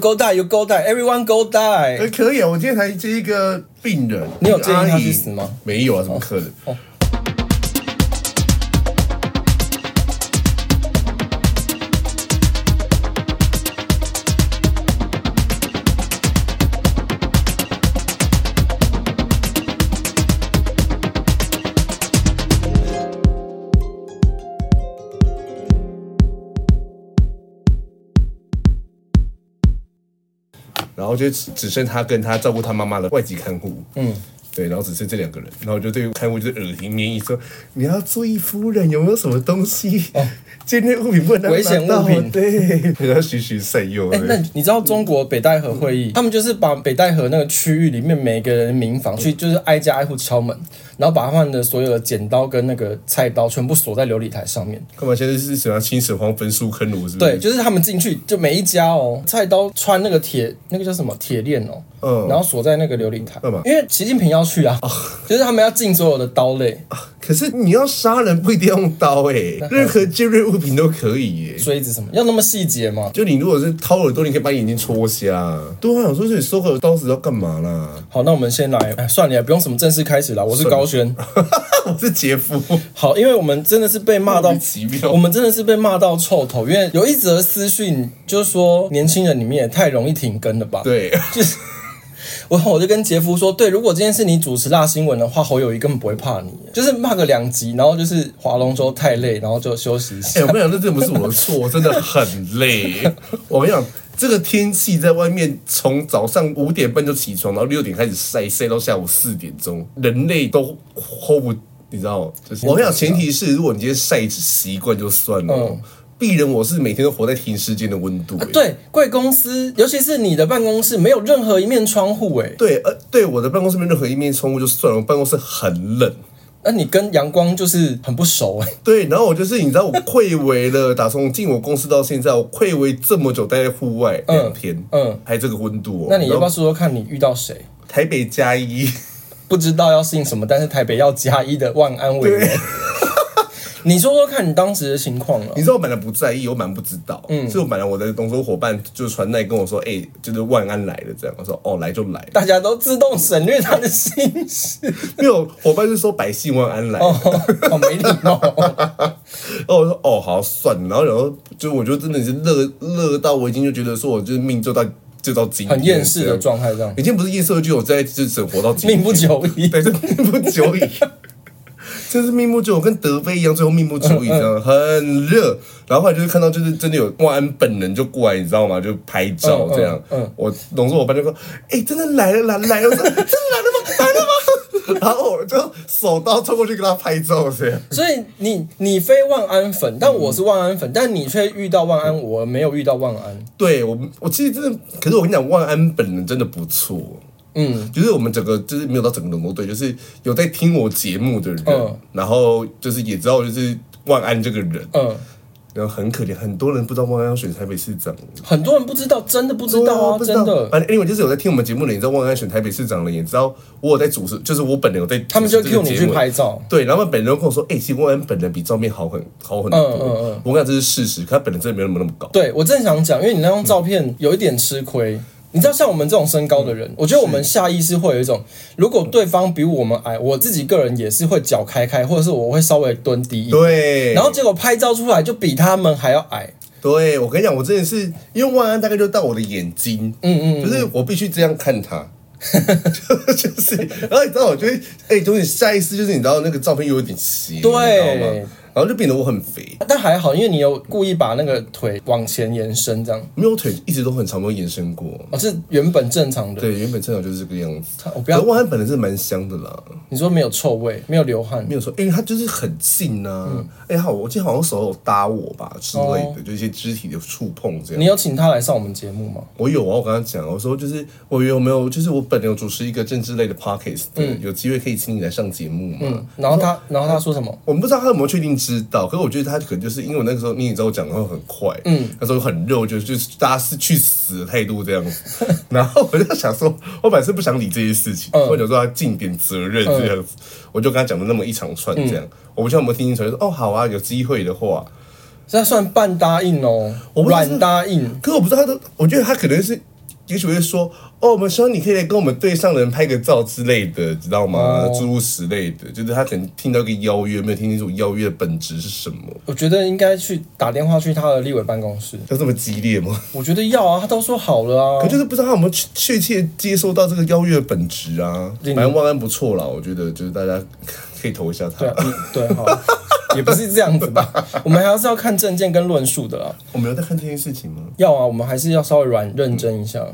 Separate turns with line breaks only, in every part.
Go die, you go die, everyone go
哎、
die。
可以啊！我今天才接一个病人，
你有建议他
阿姨
去死吗？
没有啊，怎么可能？
哦
然后就只只剩他跟他照顾他妈妈的外籍看护，
嗯，
对，然后只剩这两个人，然后我就对看护就是耳提面议说，你要注意夫人有没有什么东西，
哦
今天物品不能让
危险
她拿到
物品
对，然后循循善诱。啊
哎、
对
那你知道中国北戴河会
嗯
议，他们就是把北戴河那个区域里面每个人民房
嗯
去，就是挨家挨户敲门，然后把他们的所有的剪刀跟那个菜刀全部锁在琉璃台上面。
干嘛现在是想要清水荒焚书坑儒是不是？
对，，就是他们进去就每一家哦，菜刀穿那个铁那个叫什么铁链哦，
嗯
然后锁在那个琉璃台
干嘛，
因为习近平要去啊，就是他们要进所有的刀类，
啊可是你要杀人不一定要用刀哎、任何尖锐物品都可以哎耶、
锥子什么，要那么细节吗？
就你如果是掏耳朵，你可以把眼睛戳瞎。对啊，我说你收个刀子要干嘛啦？
好，那我们先来，哎，算了，也不用什么正式开始啦，我是高轩。
我 是杰夫，
好，因为我们真的是被骂
莫
到
名其妙
我们真的是被骂到臭头，因为有一则私讯就是说，年轻人你们也太容易停更了吧？，
对，
就是。我我就跟杰夫说，对，如果今天是你主持辣新闻的话，侯友谊根本不会怕你，就是骂个两集，然后就是划龙舟太累，然后就休息一
哎、
下。
我跟你讲，这真的不是我的错，我真的很 累。我跟你讲，这个天气在外面，从早上五点半就起床，然后六点开始晒，晒到下午四点钟，人类都 hold 不，你知道吗？就是我跟你讲，前提是如果你今天晒习惯就算了，
嗯
鄙人我是每天都活在停尸间的温度、欸
对，贵公司，尤其是你的办公室，没有任何一面窗户、哎，
对，呃，对，我的办公室没有任何一面窗户就算了，我办公室很冷。
那你跟阳光就是很不熟、哎，
对，然后我就是你知道我愧为了，打从进我公司到现在，我愧为这么久待在户外
嗯
两天，
嗯
还这个温度哦。
那你要不要
然后
说说看你遇到谁？
台北加一？
不知道要信什么，但是台北要加一的万安委员。 你说说看你当时的情况了啊
你。知道我本来不在意，我本来不知道，嗯，所以我本来我的同桌伙伴就传来跟我说，哎、就是万安来了这样，我说哦来就 来，
大家都自动省略他的心事，
因为我伙伴就说百姓万安来，
哦，
哦，
好没礼貌。
然后我说哦好算了，然后然后就我就真的是热热到我已经就觉得说我就是命就到就到今 天，
很厌世的状态这样
已经不是夜色剧，我在就是整活到今天
命不久矣。
对，这命不久矣。 真是命不久，跟德妃一样，最后命不久矣，这样很热。然后后来就是看到，就是真的有万安本人就过来，你知道吗？就拍照这样。
嗯嗯
我同事我班就说：“哎、真的来了，来了来了！”我说：“真的来了吗？来了吗？” 然后我就手刀冲过去跟他拍照，这样。
所以你你非万安粉，但我是万安粉，但你却遇到万安，我没有遇到万安。
对我，我其实真的，可是我跟你讲，万安本人真的不错。
嗯，
就是我们整个就是没有到整个龙舟队，就是有在听我节目的人，
嗯
然后就是也知道就是万安这个人，
嗯，
然后很可怜，很多人不知道万安要选台北市长。
很多人不知道，真的不知道啊，
不
真的。
反正 anyway，就是有在听我们节目的，也知道万安选台北市长了，也知道我有在主持，就是我本人有在主持
他们就
这个
cue 你
节
去
目
拍照。
对，然后他们本人跟我说，哎、其实万安本人比照片好很好很多。
嗯嗯嗯
我跟你讲这是事实，可他本人真的没有那么那么高。
对我正想讲，因为你那张照片有一点吃亏。你知道，像我们这种身高的人，我觉得我们下意识会有一种，如果对方比我们矮，我自己个人也是会脚开开，或者是我会稍微蹲低一点。
对，
然后结果拍照出来就比他们还要矮。
对我跟你讲，我真的是因为万安大概就到我的眼睛，嗯嗯就是我必须这样看他。就是，然后你知道，我就会，哎、有点下意识，就是你知道那个照片有点
对
斜，你知道吗？然后就变得我很肥，
但还好，因为你有故意把那个腿往前延伸，这样
没有我腿一直都很长，没有延伸过。
哦，是原本正常的。
对，原本正常就是这个样子。
我不要
可是万安本来是蛮香的啦，
你说没有臭味，没有流汗
没，有说，因哎为他就是很近呐、哎、好，我记得好像手有搭我吧之类的，就一些肢体的触碰这样
你。有请他来上我们节目吗？
我有啊，我跟他讲，我说就是我有没有，就是我本人有主持一个政治类的 podcast，、嗯、有机会可以请你来上节目嘛？
嗯然后他，然后他说什么？
我们不知道他有没有确定知道，可是我觉得他可能就是因为我那个时候，你也知道我讲的话很快，嗯，那时候很热，我觉得就是大家是去死的态度这样子。 然后我就想说，我本来是不想理这些事情，或者说他尽点责任这样嗯子，我就跟他讲了那么一长串这样。我不知道有没有听清楚，就说哦好啊，有机会的话。
这算半答应哦，
我不知道
软答应。
可我不知道他的，我觉得他可能是，也许会说，哦，我们希望你可以来跟我们队上的人拍个照之类的，知道吗？
哦
诸如此类的，就是他可能听到一个邀约，没有听清楚邀约的本质是什么，
我觉得应该去打电话去他的立委办公室。
要这么激烈吗？
我觉得要啊，他都说好了啊。
可就是不知道他有没有确确切接收到这个邀约的本质啊。
对
反正万安不错啦，我觉得就是大家可以投一下他
对。啊，你对哈，也不是这样子吧？我们还是要看证件跟论述的啦。啊
我们有在看这件事情吗？
要啊，我们还是要稍微软认真一下。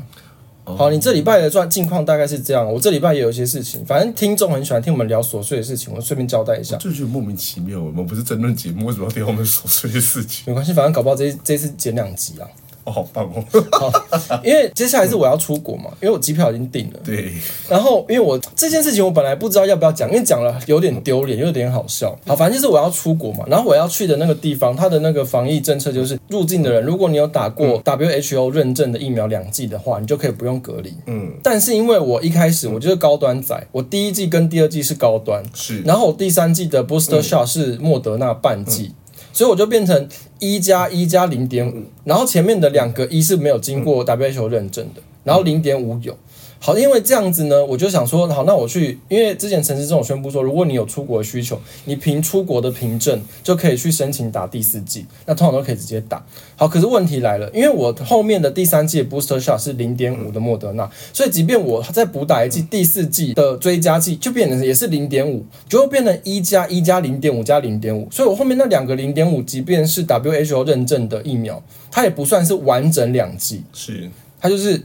好，你这礼拜的状近况大概是这样。我这礼拜也有一些事情，反正听众很喜欢听我们聊琐碎的事情，我顺便交代一下。
就觉得莫名其妙，我们不是争论节目，为什么要聊我们琐碎的事情？
没关系，反正搞不好这这次剪两集啊。
哦，好棒 哦！
好，因为接下来是我要出国嘛，因为我机票已经订了。
对，
然后，因为我这件事情我本来不知道要不要讲，因为讲了有点丢脸，又有点好笑。好，反正就是我要出国嘛，然后我要去的那个地方，它的那个防疫政策就是入境的人，如果你有打过 WHO 认证的疫苗两剂的话，你就可以不用隔离。嗯，但是因为我一开始我就是高端仔，我第一季跟第二季是高端，
是
然后我第三季的 booster shot 是莫德纳半剂，所以我就变成一加一加零点五，然后前面的两个一是没有经过 WHO 认证的，然后零点五有。好，因为这样子呢，我就想说，好，那我去，因为之前陈时中有宣布说，如果你有出国的需求，你凭出国的凭证就可以去申请打第四季，那通常都可以直接打。好，可是问题来了，因为我后面的第三季的 booster shot 是零点五的莫德纳，所以即便我再补打一剂第四季的追加剂，就变成也是零点五，就会变成一加一加零点五加零点五，所以我后面那两个零点五，即便是 WHO 认证的疫苗，它也不算是完整两剂。
是
它就是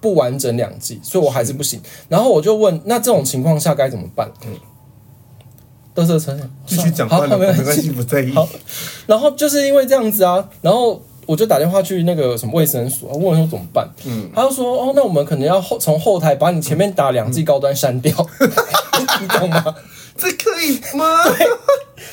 不完整两季，所以我还是不行。然后我就问，那这种情况下该怎么办？得瑟车
嗯继续讲
好，
话，
好没
没
关
关
系
系，。不在意。
好然后就是因为这样子啊，然后我就打电话去那个什么卫生所，问我说怎么办，嗯，他就说哦，那我们可能要后从后台把你前面打两剂高端删掉， 你懂吗？
这可以吗？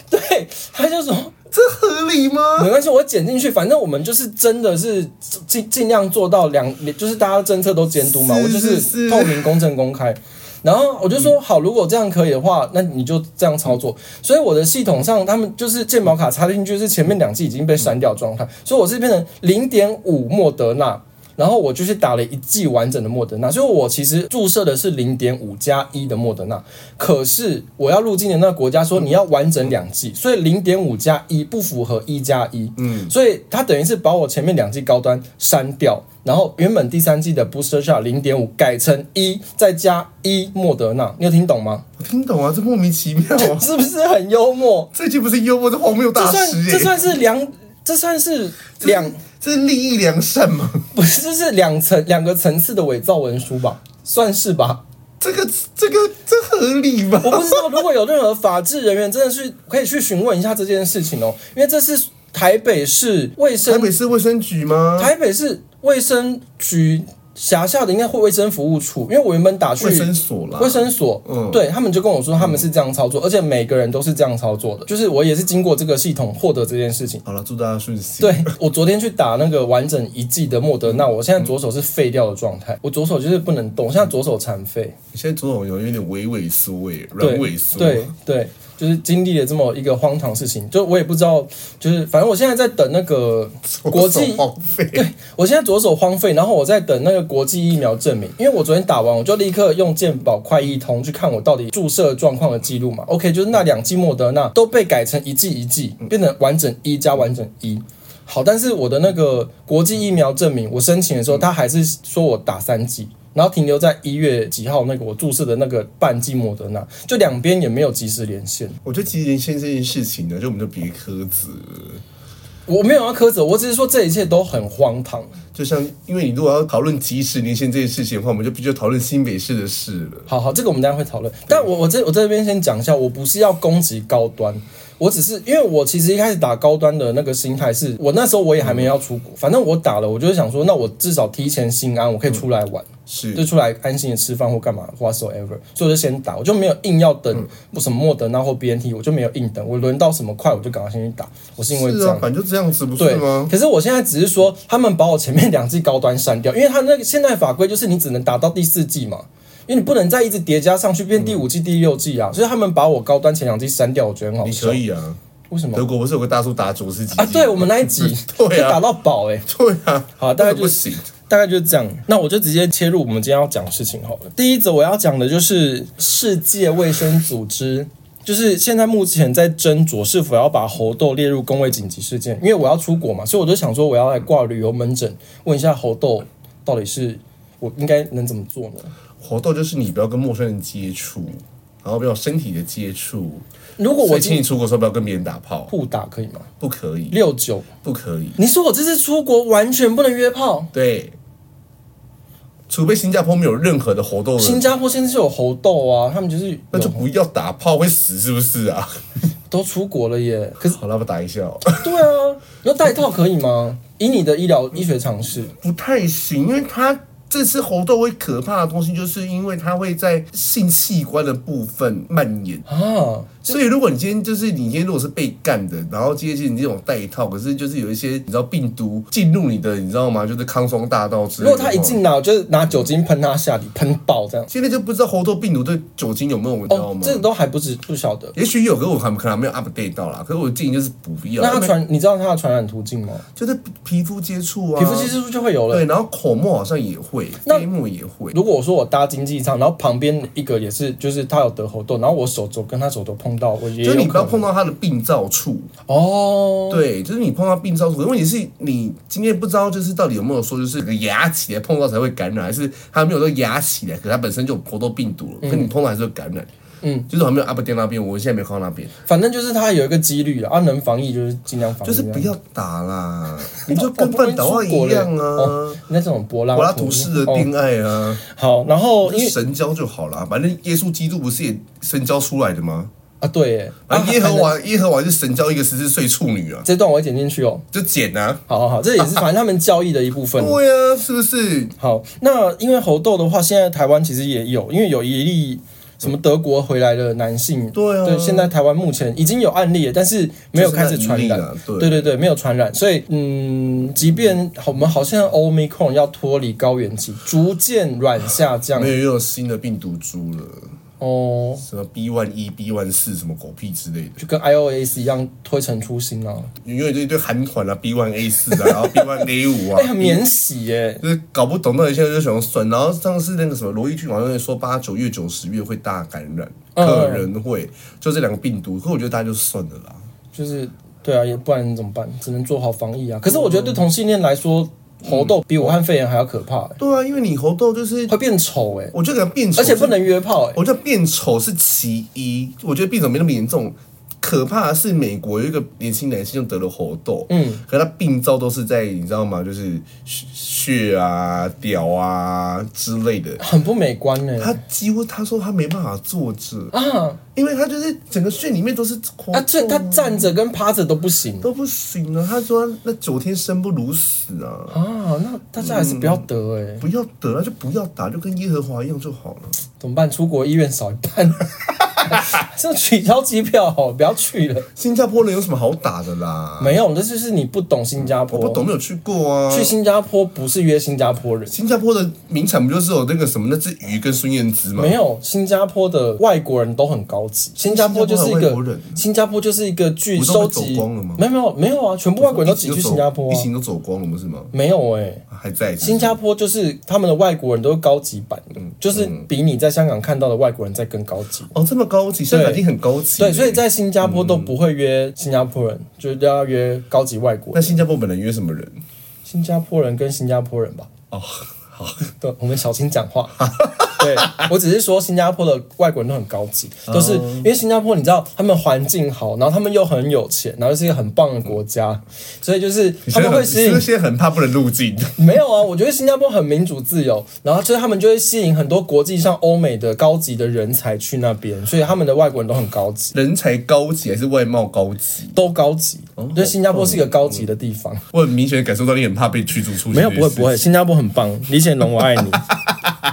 对，他就说
这合理吗？
没关系，我剪进去，反正我们就是真的是尽尽量做到两，就是大家政策都监督嘛，
是
我就是
是
是透明、公正、公开。然后我就说好，如果这样可以的话，那你就这样操作。所以我的系统上，他们就是健保卡插进去是前面两季已经被删掉的状态，所以我是变成零点五莫德纳，然后我就是打了一剂完整的莫德纳，所以我其实注射的是零点五加一的莫德纳。可是我要入境的那个国家说你要完整两剂，所以零点五加一不符合一加一，嗯，所以它等于是把我前面两剂高端删掉，然后原本第三剂的 booster shot 零点五改成一，再加一莫德纳，你有听懂吗？
我听懂啊，这莫名其妙啊！
是不是很幽默？
这句不是幽默，这荒谬
这
大
算
师耶、欸
这算是良，这算是两
这是利益良善吗？
不是这是两层两个层次的伪造文书吧？算是吧。
这个这个这合理吗？
我不知道，如果有任何法制人员真的是可以去询问一下这件事情哦，因为这是台北市卫
台
生
北市卫生局吗？
台北市卫生局辖下的应该会卫生服务处，因为我原本打去
卫生所啦嗯
卫生所，对他们就跟我说他们是这样操作，而且每个人都是这样操作的，就是我也是经过这个系统获得这件事情。
好了，祝大家顺心。
对我昨天去打那个完整一剂的莫德纳，我现在左手是废掉的状态，我左手就是不能动，我现在左手残废。
现在左手有有点微萎缩诶，软
对
萎缩。
对对，就是经历了这么一个荒唐事情，就我也不知道，就是反正我现在在等那个
左手
国际。
荒废。
对，我现在左手荒废，然后我在等那个国际疫苗证明，因为我昨天打完，我就立刻用健保快易通去看我到底注射状况的记录嘛。OK，就是那两剂莫德纳都被改成一剂一剂，变成完整一加完整一。好，但是我的那个国际疫苗证明，我申请的时候，他还是说我打三剂，然后停留在一月几号那个我注射的那个半剂莫德纳，就两边也没有及时连线。
我觉得其实连线这件事情呢，就我们就别苛责了。
我没有要苛责，我只是说这一切都很荒唐。
就像，因为你如果要讨论即时连线这件事情的话，我们就必须要讨论新北市的事了。
好好，这个我们等一下会讨论。但我我这我这边先讲一下，我不是要攻击高端，我只是因为我其实一开始打高端的那个心态是，我那时候我也还
嗯
没要出国，反正我打了，我就是想说，那我至少提前心安，我
嗯
可以出来玩，
是
就出来安心的吃饭或干嘛，whatsoever。所以我就先打，我就没有硬要等
嗯
什么莫德纳或 BNT，我就没有硬等，我轮到什么快我就赶快先去打，我是因为这
是
样
啊，。反正就这样子，不
对
是吗？
可是我现在只是说，他们把我前面两季高端删掉，因为他那个现在法规就是你只能打到第四季嘛，因为你不能再一直叠加上去变第五季、第六季啊，所以他们把我高端前两季删掉，我觉得很好
你
笑
可。以啊，
为什么
德国不是有个大叔打佐斯基基
啊？对我们那一集
对啊
打到饱哎、欸
对啊，
好大概
为什么
就
不行。
大概就是这样。那我就直接切入我们今天要讲的事情好了。第一则我要讲的就是世界卫生组织。就是现在目前在斟酌是否要把猴痘列入公卫紧急事件，因为我要出国嘛，所以我就想说我要来挂旅游门诊，问一下猴痘到底是我应该能怎么做呢？
活动就是你不要跟陌生人接触，然后不要有身体的接触。
如果
所
我
以请
进
你出国的时候不要跟别人打炮，
互打可以吗？
不可以，
六九，
不可以。
你说我这次出国完全不能约炮？
对，除非新加坡没有任何的活动
新
了，
加坡现在是有猴痘啊，他们就是有
那就不要打炮，会死是不是啊？
都出国了耶。可是
好了，我打一下、哦，
对啊，你要戴套可以吗？以你的医疗医学常识，
不太行，因为它这次猴痘会可怕的东西，就是因为它会在性器官的部分蔓延。
啊，
所以，如果你今天就是你今天如果是被干的，然后接近你这种带套，可是就是有一些你知道病毒进入你的，你知道吗？就是康庄大道之
如
类的
果
话。
他一进来，我就拿酒精喷他下体，喷爆这样。
现在就不知道猴痘病毒对酒精有没有，你知道
哦
吗，？
这个都还不知不晓得。
也许有，可是我可能可能没有 update 到啦。可
哦
是我建议就是不要，
那
因
他
为
传，你知道他的传染途径吗？
就是皮肤接触啊，
皮肤接触就会有了。
对，然后口沫好像也会，
那
飞沫也会。
如果我说我搭经济舱，然后旁边一个也是，就是他有得猴痘，然后我手肘跟他手肘碰到，我也
就是
有
你不要
可能
碰到它的病灶处，
哦。
对，就是你碰到病灶处。问题是你今天不知道，就是到底有没有说，就是个牙起来碰到才会感染，还是它没有说牙起来，可它本身就有猴痘病毒了，可你碰到还是会感染。
嗯，
就是我还没有 update 那边，我现在没看到那边，
反正就是它有一个几率啦，啊，能防疫就是尽量防疫
就
啊。
是不要打啦， 你就跟半岛啊一样啊
哦。那这种柏拉
柏拉图式的
哦
恋爱啊，
好，然后哦因为
神交就好啦。反正耶稣基督不是也神交出来的吗？
啊，对耶，
反正耶和
还能
华耶和华是神交一个十四岁处女啊，
这段我会剪进去哦。
就剪啊。
好好好，这也是反正他们教义的一部分。
对啊，是不是？
好，那因为猴痘的话，现在台湾其实也有，因为有一例什么德国回来的男性，
对啊
对，现在台湾目前已经有案例了，但是没有开始传
就
染
是那一例啊，对
对对对，没有传染，所以嗯，即便我们好像 Omicron 要脱离高原期，逐渐软下降
没有又有新的病毒株了，
哦，
什么 B 1一、B 1四什么狗屁之类的，
就跟 iOS 一样推陈出新啊，
因为这一堆韩团啊，B 1 A 四啊，然后 B 1 A 五
哎、很
啊。
免洗耶、
就是搞不懂到底现在就想算，然后上次那个什么罗毅俊好像也说八九月九十月会大感染，
嗯
可能会就这两个病毒，可我觉得大家就算了啦。
就是对啊，也不然怎么办？只能做好防疫啊。可是我觉得对同性恋来说，猴痘比武汉肺炎还要可怕、欸，
对啊，因为你猴痘就是
会变丑哎、
我觉得变丑，
而且不，能约炮哎、
我觉得变丑是其一，我觉得变丑没那么严重。可怕的是，美国有一个年轻男性就得了猴痘，
嗯，
可他病灶都是在你知道吗？就是血血啊、屌啊之类的。
很不美观哎、
他几乎他说他没办法坐着，
啊
因为他就是整个血里面都是猴
啊！这
痘
他站着跟趴着都不行
都不行了。他说他那九天生不如死啊，
啊，那大家还是不要得哎、
不要得啊了就不要打，就跟耶和华一样就好了。
怎么办？出国医院少一半， 这取消机票好了，不要去了。
新加坡人有什么好打的啦？
没有，这就是你不懂新加
我
坡。
不懂，没有去过啊。
去新加坡不是约新加坡人，
新加坡的名产不就是有那个什么那只鱼跟孙燕姿吗？
没有，新加坡的外国人都很高级。新加坡就是一
新加
个
坡还有外国人
新加坡就是一个据
不是都
收
被
集
走光了吗
没有没有没有啊，全部外国人都挤去新加坡
疫
啊、
情都走光了不是吗？
没有哎、
还在
新加坡就是他们的外国人都是高级版的，
嗯
就是比你在香港看到的外国人再更高级。
哦这么高级，香港已经很高级了。
对，所以在新加坡都不会约新加坡人，就是都要约高级外国
那
人。
新加坡本来约什么人？
新加坡人跟新加坡人吧，
哦，好，
对，我们小心讲话。 对我只是说，新加坡的外国人都很高级，
哦
都是因为新加坡，你知道他们环境好，然后他们又很有钱，然后是一个很棒的国家，所以就是他们会吸
你是不
引
是现在很怕不能入境，
没有啊，我觉得新加坡很民主自由，然后就是他们就会吸引很多国际上欧美的高级的人才去那边，所以他们的外国人都很高级，
人才高级还是外貌高级？
都高级。
哦
对，新加坡是一个高级的地方。
我很明显地感受到你很怕被驱逐出去。
没有，不会不会，。新加坡很棒，李显龙我爱 你，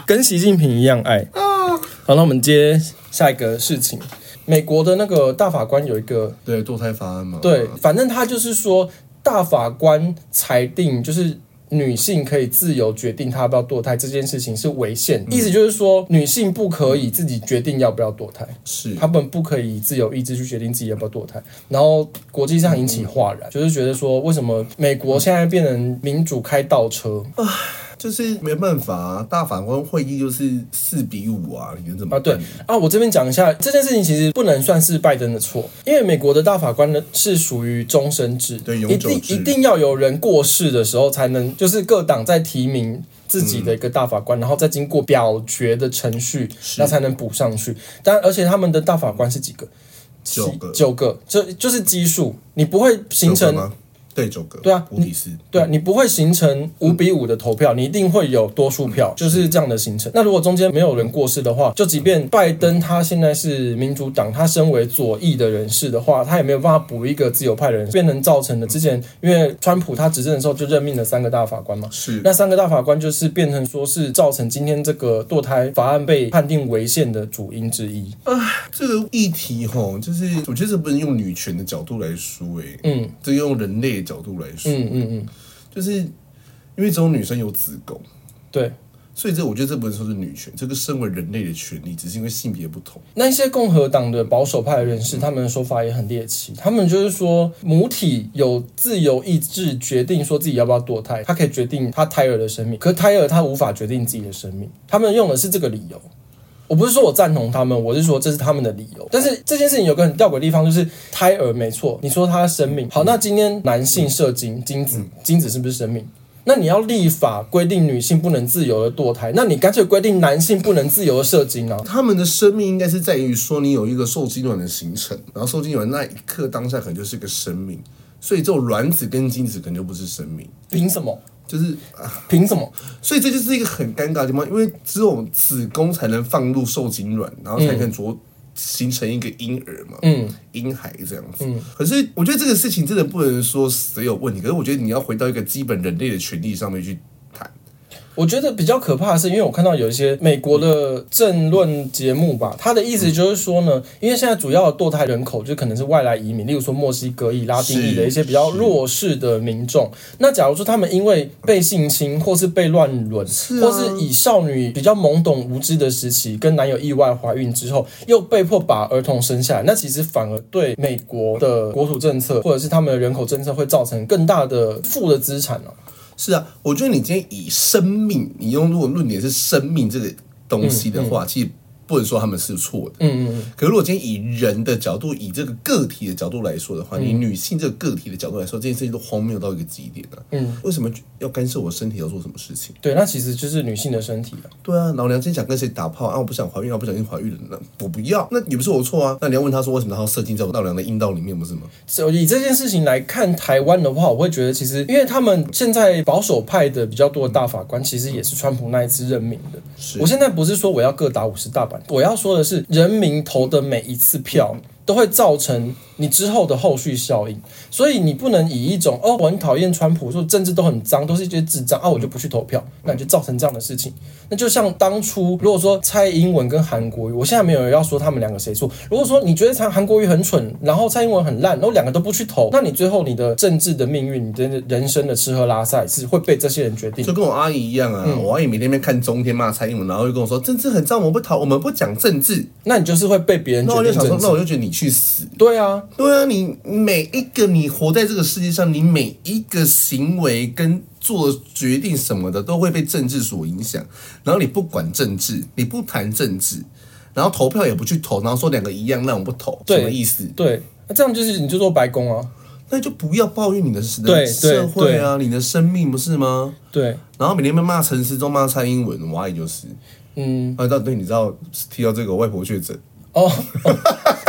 跟习近平一样爱。好，那我们接下一个事情，美国的那个大法官有一个
对，堕胎法案嘛。
对，反正他就是说大法官裁定就是女性可以自由决定她要不要堕胎这件事情是违宪，意思就是说女性不可以自己决定要不要堕胎，
是
她们不可以自由意志去决定自己要不要堕胎。然后国际上引起哗然，就是觉得说为什么美国现在变成民主开倒车
就是没办法、啊，大法官会议就是四比五啊，你能怎么
啊？对
办？
啊，我这边讲一下这件事情，其实不能算是拜登的错，因为美国的大法官呢是属于终身制，
对永
一
久
定
制
一定要有人过世的时候才能，就是各党在提名。自己
嗯
的一个大法官，然后再经过表决的程序，那才能补上去。但而且他们的大法官是几个？
九个
九个，这就是基数，你不会形
九个
成
吗？对，九个。
对啊
无敌四。
对啊，你不会形成五比五的投票，你一定会有多数票，就是这样的形成。那如果中间没有人过世的话，就即便拜登他现在是民主党，他身为左翼的人士的话，他也没有办法补一个自由派的人，变成造成的之前，因为川普他执政的时候就任命了三个大法官嘛，
是
那三个大法官就是变成说是造成今天这个堕胎法案被判定违宪的主因之一。
这个议题吼，就是我觉得这不能用女权的角度来说、欸，哎，
嗯
这用人类的角度来说，
嗯嗯嗯，
就是因为只有女生有子宫，
对。
所以这我觉得这不能说是女权，这个身为人类的权利，只是因为性别不同。
那一些共和党的保守派人士，他们的说法也很猎奇。他们就是说，母体有自由意志决定说自己要不要堕胎，他可以决定他胎儿的生命，可是胎儿他无法决定自己的生命。他们用的是这个理由。我不是说我赞同他们，我是说这是他们的理由。但是这件事情有个很吊诡的地方，就是胎儿没错，你说他的生命好，那今天男性射精精子，精子是不是生命？那你要立法规定女性不能自由的堕胎，那你干脆规定男性不能自由的射精啊？
他们的生命应该是在于说，你有一个受精卵的形成，然后受精卵那一刻当下可能就是个生命，所以这种卵子跟精子可能就不是生命，
凭什么？
就是啊，
凭什么？
所以这就是一个很尴尬的地方，因为只有子宫才能放入受精卵，然后才能着形成一个婴儿嘛，嗯，婴孩这样子。可是我觉得这个事情真的不能说谁有问题，可是我觉得你要回到一个基本人类的权利上面去谈。
我觉得比较可怕的是，因为我看到有一些美国的政论节目吧，他的意思就是说呢，因为现在主要的堕胎人口就可能是外来移民，例如说墨西哥裔、拉丁裔
是
的一些比较弱势的民众。那假如说他们因为被性侵，或是被乱伦，
是啊
或是以少女比较懵懂无知的时期跟男友意外怀孕之后，又被迫把儿童生下来，那其实反而对美国的国土政策或者是他们的人口政策会造成更大的负的资产哦、
是啊，我觉得你今天以生命，你用如果论点是生命这个东西的话，其实不能说他们是错的。
嗯嗯嗯。
可是如果今天以人的角度，以这个个体的角度来说的话，你女性这个个体的角度来说，这件事情都荒谬到一个极点了、嗯，为什么要干涉我身体要做什么事情？
对，那其实就是女性的身体啊。
对啊，老娘今天想跟谁打炮啊？我不想怀孕啊，我不小心怀孕了，那我不要，那也不是我错啊。那你要问他说为什么他要射精在我老娘的阴道里面，不是吗？
所以以这件事情来看台湾的话，我会觉得其实，因为他们现在保守派的比较多的大法官，其实也是川普那一次任命的。
是
我现在不是说我要各打五十大板，我要说的是，人民投的每一次票都会造成你之后的后续效应，所以你不能以一种哦，我很讨厌川普，说政治都很脏，都是一些智障啊，我就不去投票，那你就造成这样的事情。那就像当初如果说蔡英文跟韩国瑜，我现在没有要说他们两个谁错，如果说你觉得蔡韩国瑜很蠢，然后蔡英文很烂，然后两个都不去投，那你最后你的政治的命运，你的人生的吃喝拉撒也是会被这些人决定。
就跟我阿姨一样啊，我阿姨每天在那边看中天骂蔡英文，然后又跟我说政治很脏，我们不讨，我们不讲政治。
那你就是会被别人
那
决
我就
定
想说
政，治
那。我就觉得你去死。
对啊，
对啊，你每一个你活在这个世界上，你每一个行为跟做的决定什么的，都会被政治所影响。然后你不管政治，你不谈政治，然后投票也不去投，然后说两个一样，那我不投，
对
什么意思？
对，那这样就是你就做白宫啊，
那就不要抱怨你的你的
对对
社会啊，你的生命不是吗？
对，
然后每天被骂陈时中、骂蔡英文，我阿姨就是。
嗯，
啊，到对，你知道提到这个，我外婆确诊，
哦，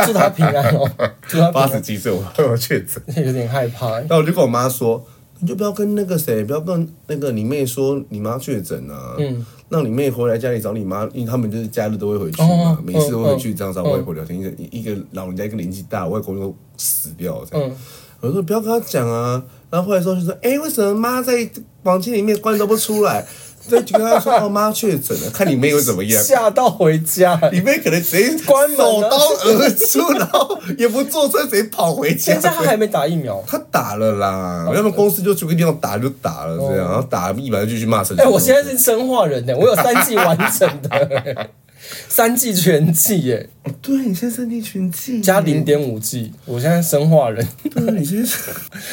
祝他平安哦，祝他平
八十
安，
几岁，我外婆确诊。
有点害怕欸、
然后我就跟我妈说，你就不要跟那个谁，不要跟那个你妹说你妈确诊啊，嗯，让你妹回来家里找你妈，因为他们就是假日都会回去嘛，
哦
每次都会回去
嗯
这样找啊我外婆聊天，一个一个老人家一个年纪大，我外婆都死掉了这
嗯
样，我就说不要跟她讲啊，然后后来说就说，哎、为什么妈在房间里面关都不出来？对，就跟他说：“哦，妈确诊了，看你妹又怎么样。”
吓到回家、
里面可能谁
关门
手
啊
刀而出，然后也不坐车，谁跑回家？
现在他还没打疫苗。
他打了啦，要不然公司就去个地方打就打了，这样，然后打了一百就去骂神。
哎、我现在是生化人呢、我有三季完整的、三季全季耶、
对你现在身体群记
加零，点五季，我现在生化人。
对你现在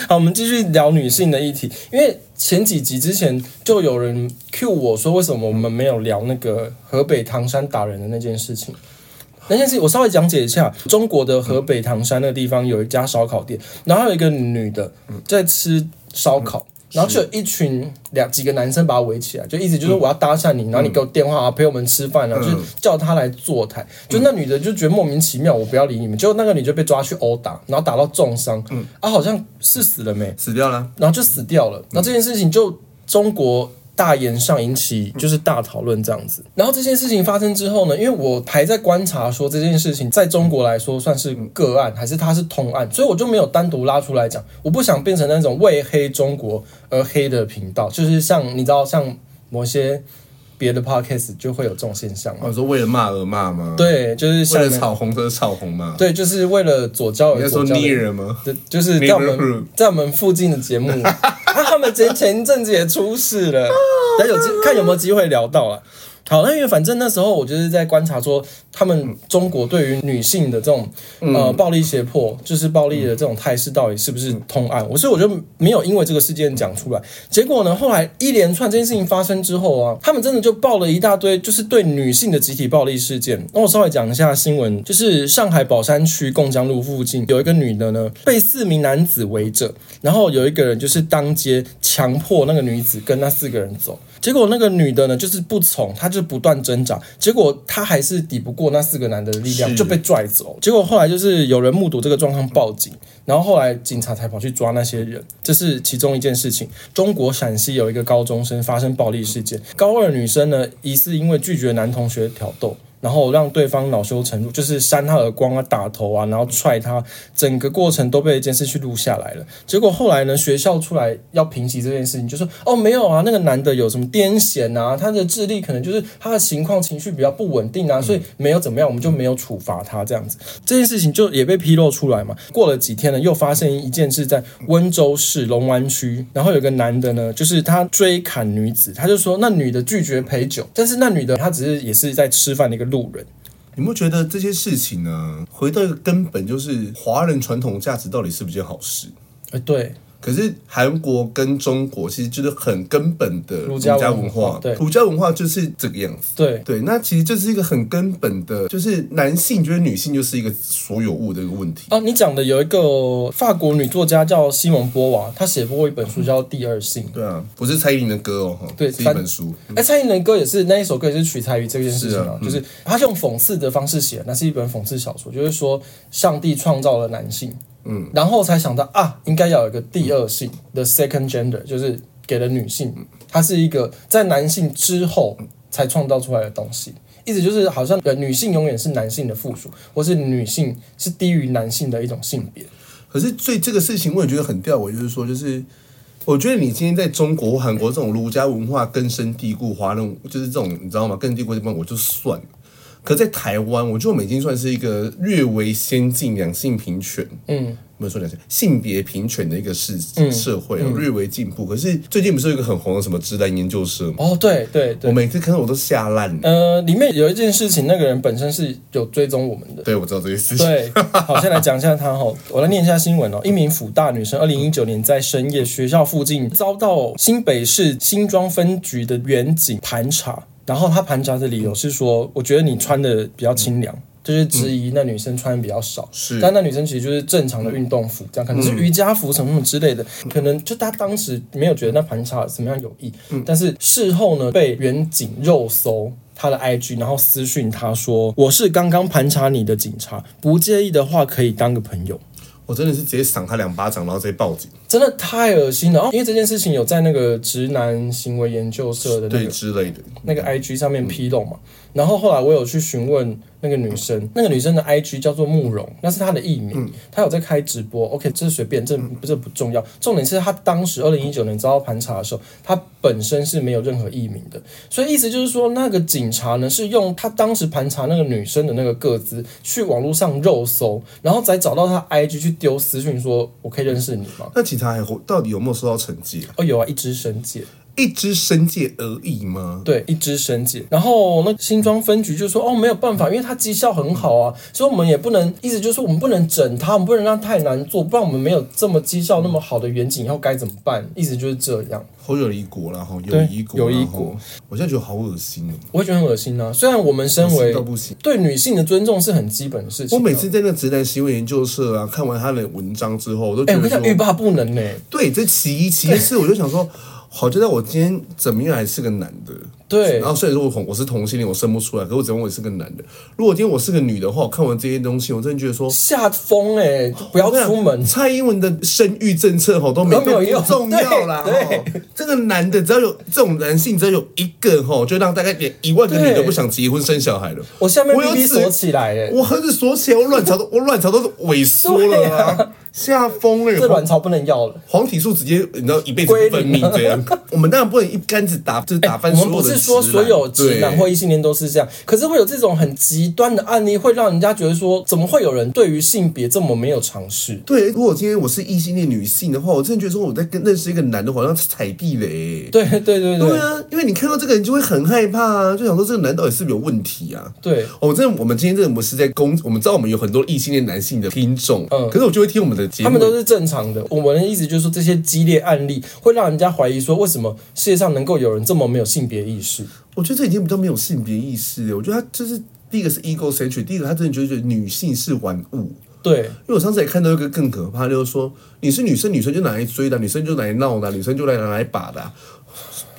好，我们继续聊女性的议题，因为前几集之前就有人 Q 我说，为什么我们没有聊那个河北唐山打人的那件事情？那件事情我稍微讲解一下，中国的河北唐山那个地方有一家烧烤店，然后有一个女的在吃烧烤。然后就有一群两几个男生把她围起来，就一直就说我要搭讪你，然后你给我电话啊，陪我们吃饭啊，就是叫她来坐台。就那女的就觉得莫名其妙，我不要理你们。结果那个女就被抓去殴打，然后打到重伤，啊，好像是死了没？
死掉了。
然后就死掉
嗯
了。那这件事情就中国大言上引起就是大讨论这样子。然后这件事情发生之后呢，因为我还在观察说这件事情在中国来说算是个案还是它是通案，所以我就没有单独拉出来讲。我不想变成那种为黑中国而黑的频道，就是像你知道像某些别的 podcast 就会有这种现象嘛。
我说为了骂而骂吗？，
对，就是像
为了炒红而炒红吗？
对，就是为了左交
你
而
在
左
说
交的
捏人吗？
对，就是在我
Neighborhood
们在我们附近的节目，啊，他们前前一阵子也出事了，那有机看有没有机会聊到啊。好，那因为反正那时候我就是在观察说，他们中国对于女性的这种、呃暴力胁迫，就是暴力的这种态势到底是不是通案，我所以我就没有因为这个事件讲出来。结果呢，后来一连串这件事情发生之后啊，他们真的就报了一大堆，就是对女性的集体暴力事件。那我稍微讲一下新闻，就是上海宝山区贡江路附近有一个女的呢，被四名男子围着，然后有一个人就是当街强迫那个女子跟那四个人走。结果那个女的呢，就是不从，她就不断挣扎，结果她还是抵不过那四个男的力量，
是
就被拽走。结果后来就是有人目睹这个状况报警，然后后来警察才跑去抓那些人，这是其中一件事情。中国陕西有一个高中生发生暴力事件，高二女生呢疑似因为拒绝男同学挑逗。然后让对方恼羞成怒，就是扇他耳光啊、打头啊，然后踹他，整个过程都被监视器录下来了。结果后来呢，学校出来要平息这件事情，就说哦没有啊，那个男的有什么癫痫啊，他的智力可能就是他的情况情绪比较不稳定啊，所以没有怎么样，我们就没有处罚他这样子。这件事情就也被披露出来嘛。过了几天呢，又发现一件事在温州市龙湾区，然后有个男的呢，就是他追砍女子，他就说那女的拒绝陪酒，但是那女的她只是也是在吃饭的一个路人。
你们觉得这些事情呢？回到一个根本，就是华人传统价值到底是不是件好事？
哎，对，
可是韩国跟中国其实就是很根本的儒
儒家
家
文化
文化，
对
儒家文化就是这个样子。
对，
对，那其实这是一个很根本的，就是男性觉得女性就是一个所有物的一个问题。
哦，你讲的有一个法国女作家叫西蒙波娃，她写过一本书叫《第二性》。
对啊，不是蔡依林的歌哦，哈
对
是一本书。
哎、蔡依林歌也是那一首歌也是取材于这件事情
嗯是啊
啊，就是她是用讽刺的方式写，那是一本讽刺小说，就是说上帝创造了男性，嗯，然后才想到啊，应该要有一个第二性、的 t h e second gender，就是给了女性，
嗯
它是一个在男性之后才创造出来的东西。意思就是，好像呃，女性永远是男性的附属，或是女性是低于男性的一种性别。
可是最这个事情，我也觉得很吊诡，就是说，就是我觉得你今天在中国、韩国这种儒家文化根深蒂固，华人就是这种你知道吗？根深蒂固的地方我就算了。可在台湾，我觉得我们已经算是一个略为先进、两性平权，嗯，不能说两性性别平权的一个世、
嗯
社会了，略微进步。可是最近不是有一个很红的什么直男研究社吗？
哦，对对
我
对，
每次看到我都吓烂了。
呃，里面有一件事情，那个人本身是有追踪我们的。
对，我知道这件事情。
对，好，先来讲一下他哈，我来念一下新闻哦。一名辅大女生，二零一九年在深夜学校附近遭到新北市新庄分局的远警盘查，然后她盘查的理由是说，我觉得你穿的比较清凉。就是质疑那女生穿的比较少，
是
但那女生其实就是正常的运动服，这样可能是瑜伽服什么什么之类的，可能就她当时没有觉得那盘查怎么样有益，但是事后呢被远警肉搜，他的 IG，然后私讯他说：“我是刚刚盘查你的警察，不介意的话可以当个朋友。
我真的是直接赏他两巴掌，然后直接报警，”
真的太恶心了。然后哦因为这件事情有在那个直男行为研究社的那
对
个
之类的。
那个 IG 上面披露嘛，然后后来我有去询问那个女生，那个女生的 IG 叫做慕容，那是她的艺名，她有在开直播。OK，这是随便，这不这不重要，重点是她当时二零一九年遭到盘查的时候，她本身是没有任何艺名的，所以意思就是说，那个警察呢是用他当时盘查那个女生的那个个资去网络上肉搜，然后再找到她 IG 去丢私讯说，我可以认识你吗？
那警察还活到底有没有受到惩戒、啊？
哦，有啊，一枝生戒。
一知申诫而已吗？
对，一枝申诫。然后那新庄分局就说，哦，没有办法，因为他绩效很好啊，所以我们也不能，意思就是我们不能整他，我们不能让他太难做，不然我们没有这么绩效那么好的远景，以后该怎么办？意思就是这样。
侯友谊国然后友
对
谊国，
友谊
然后
国，
我现在觉得好恶心哦，
我会觉得很恶心啊。虽然我们身
恶
为
心到不行。
对女性的尊重是很基本的事情
我
啊，
每次在那个直男行为研究社啊，看完他的文章之后，我都
哎、
觉
我
得
跟你
说，
讲，欲罢不能呢、欸
对，这其一，其次我就想说，好就在我今天怎么样还是个男的，
对
然后虽然说我同我是同性恋，我生不出来，可我怎么我也是个男的。如果今天我是个女的话，我看完这些东西，我真的觉得说，
吓疯哎，就不要出门。
蔡英文的生育政策吼都没
都没有
不
用
重要啦。
对
吼这个男的只要有这种男性，只要有一个吼，就让大概连一万个
对
女的不想结婚生小孩了。
我下面
我有
BB
指
锁起来哎，
我盒子锁起来，我卵巢都我卵巢都是萎缩
对
了啊
啊，
吓疯了。
这卵巢不能要了。
黄体素直接你知道一辈子不分泌这样，我们当然不能一竿子打就是打翻
哎我
所
们不
有的直男。
是说所有直男
对
或异性恋都是这样，可是会有这种很极端的案例，会让人家觉得说，怎么会有人对于性别这么没有尝试？
对，如果今天我是异性恋女性的话，我真的觉得说我在跟认识一个男的，好像踩地雷。欸
对对对
对
对
啊，因为你看到这个人就会很害怕啊，就想说这个男到底是不是有问题啊？
对，
哦，真的，我们今天这个我们是在公，我们知道我们有很多异性恋男性的听众，
嗯
可是我就会听我们的节目，
他们都是正常的。我们的意思就是说，这些激烈案例会让人家怀疑说，为什么世界上能够有人这么没有性别意识？
我觉得这已经比较没有性别意识了。我觉得他就是第一个是 egocentric，第一个他真的觉得女性是玩物。
对，
因为我上次也看到一个更可怕，就是说你是女生，女生就拿来追的，女生就拿来闹的，女生就来拿来把的啊、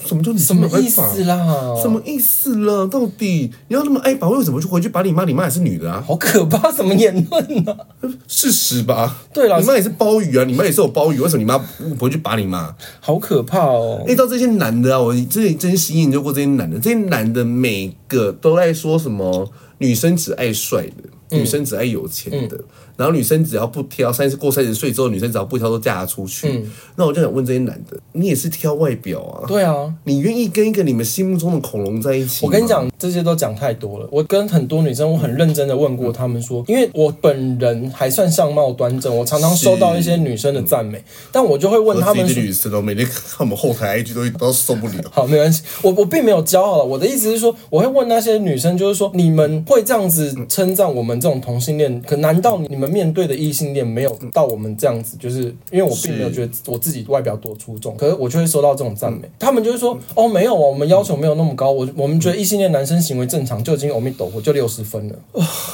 什么叫你
什么意思啊啦？
什么意思了？到底你要那么爱把，为什么去回去把你妈？你妈也是女的啊，
好可怕，什么言论啊呢、
事实吧？
对啦
你妈也是鲍鱼啊，你妈也是有鲍鱼，为什么你妈不不会去把你妈？
好可怕哦！
遇到这些男的啊，我真的真心研究过这些男的，这些男的每个都在说什么女生只爱帅
嗯
的，女生只爱有钱的，然后女生只要不挑，三十过三十岁之后，女生只要不挑都嫁得出去。
嗯
那我就想问这些男的，你也是挑外表啊？
对啊，
你愿意跟一个你们心目中的恐龙在一起？
我跟你，讲，这些都讲太多了。我跟很多女生，我很认真的问过她们说，因为我本人还算相貌端正，我常常收到一些女生的赞美，但我就会问她
我
们
嗯自己
说
的。女生哦，每天看我们后台 IG 都都受不了。
好，没关系，我我并没有骄傲了。我的意思是说，我会问那些女生，就是说，你们会这样子称赞我们这种同性恋，可难道你们面对的异性恋没有到我们这样子？就是因为我并没有觉得我自己外表多出众，可是我就会收到这种赞美。他们就会说，哦，没有啊，我们要求没有那么高，我我们觉得异性恋男生行为正常就已经欧米斗，我就六十分了。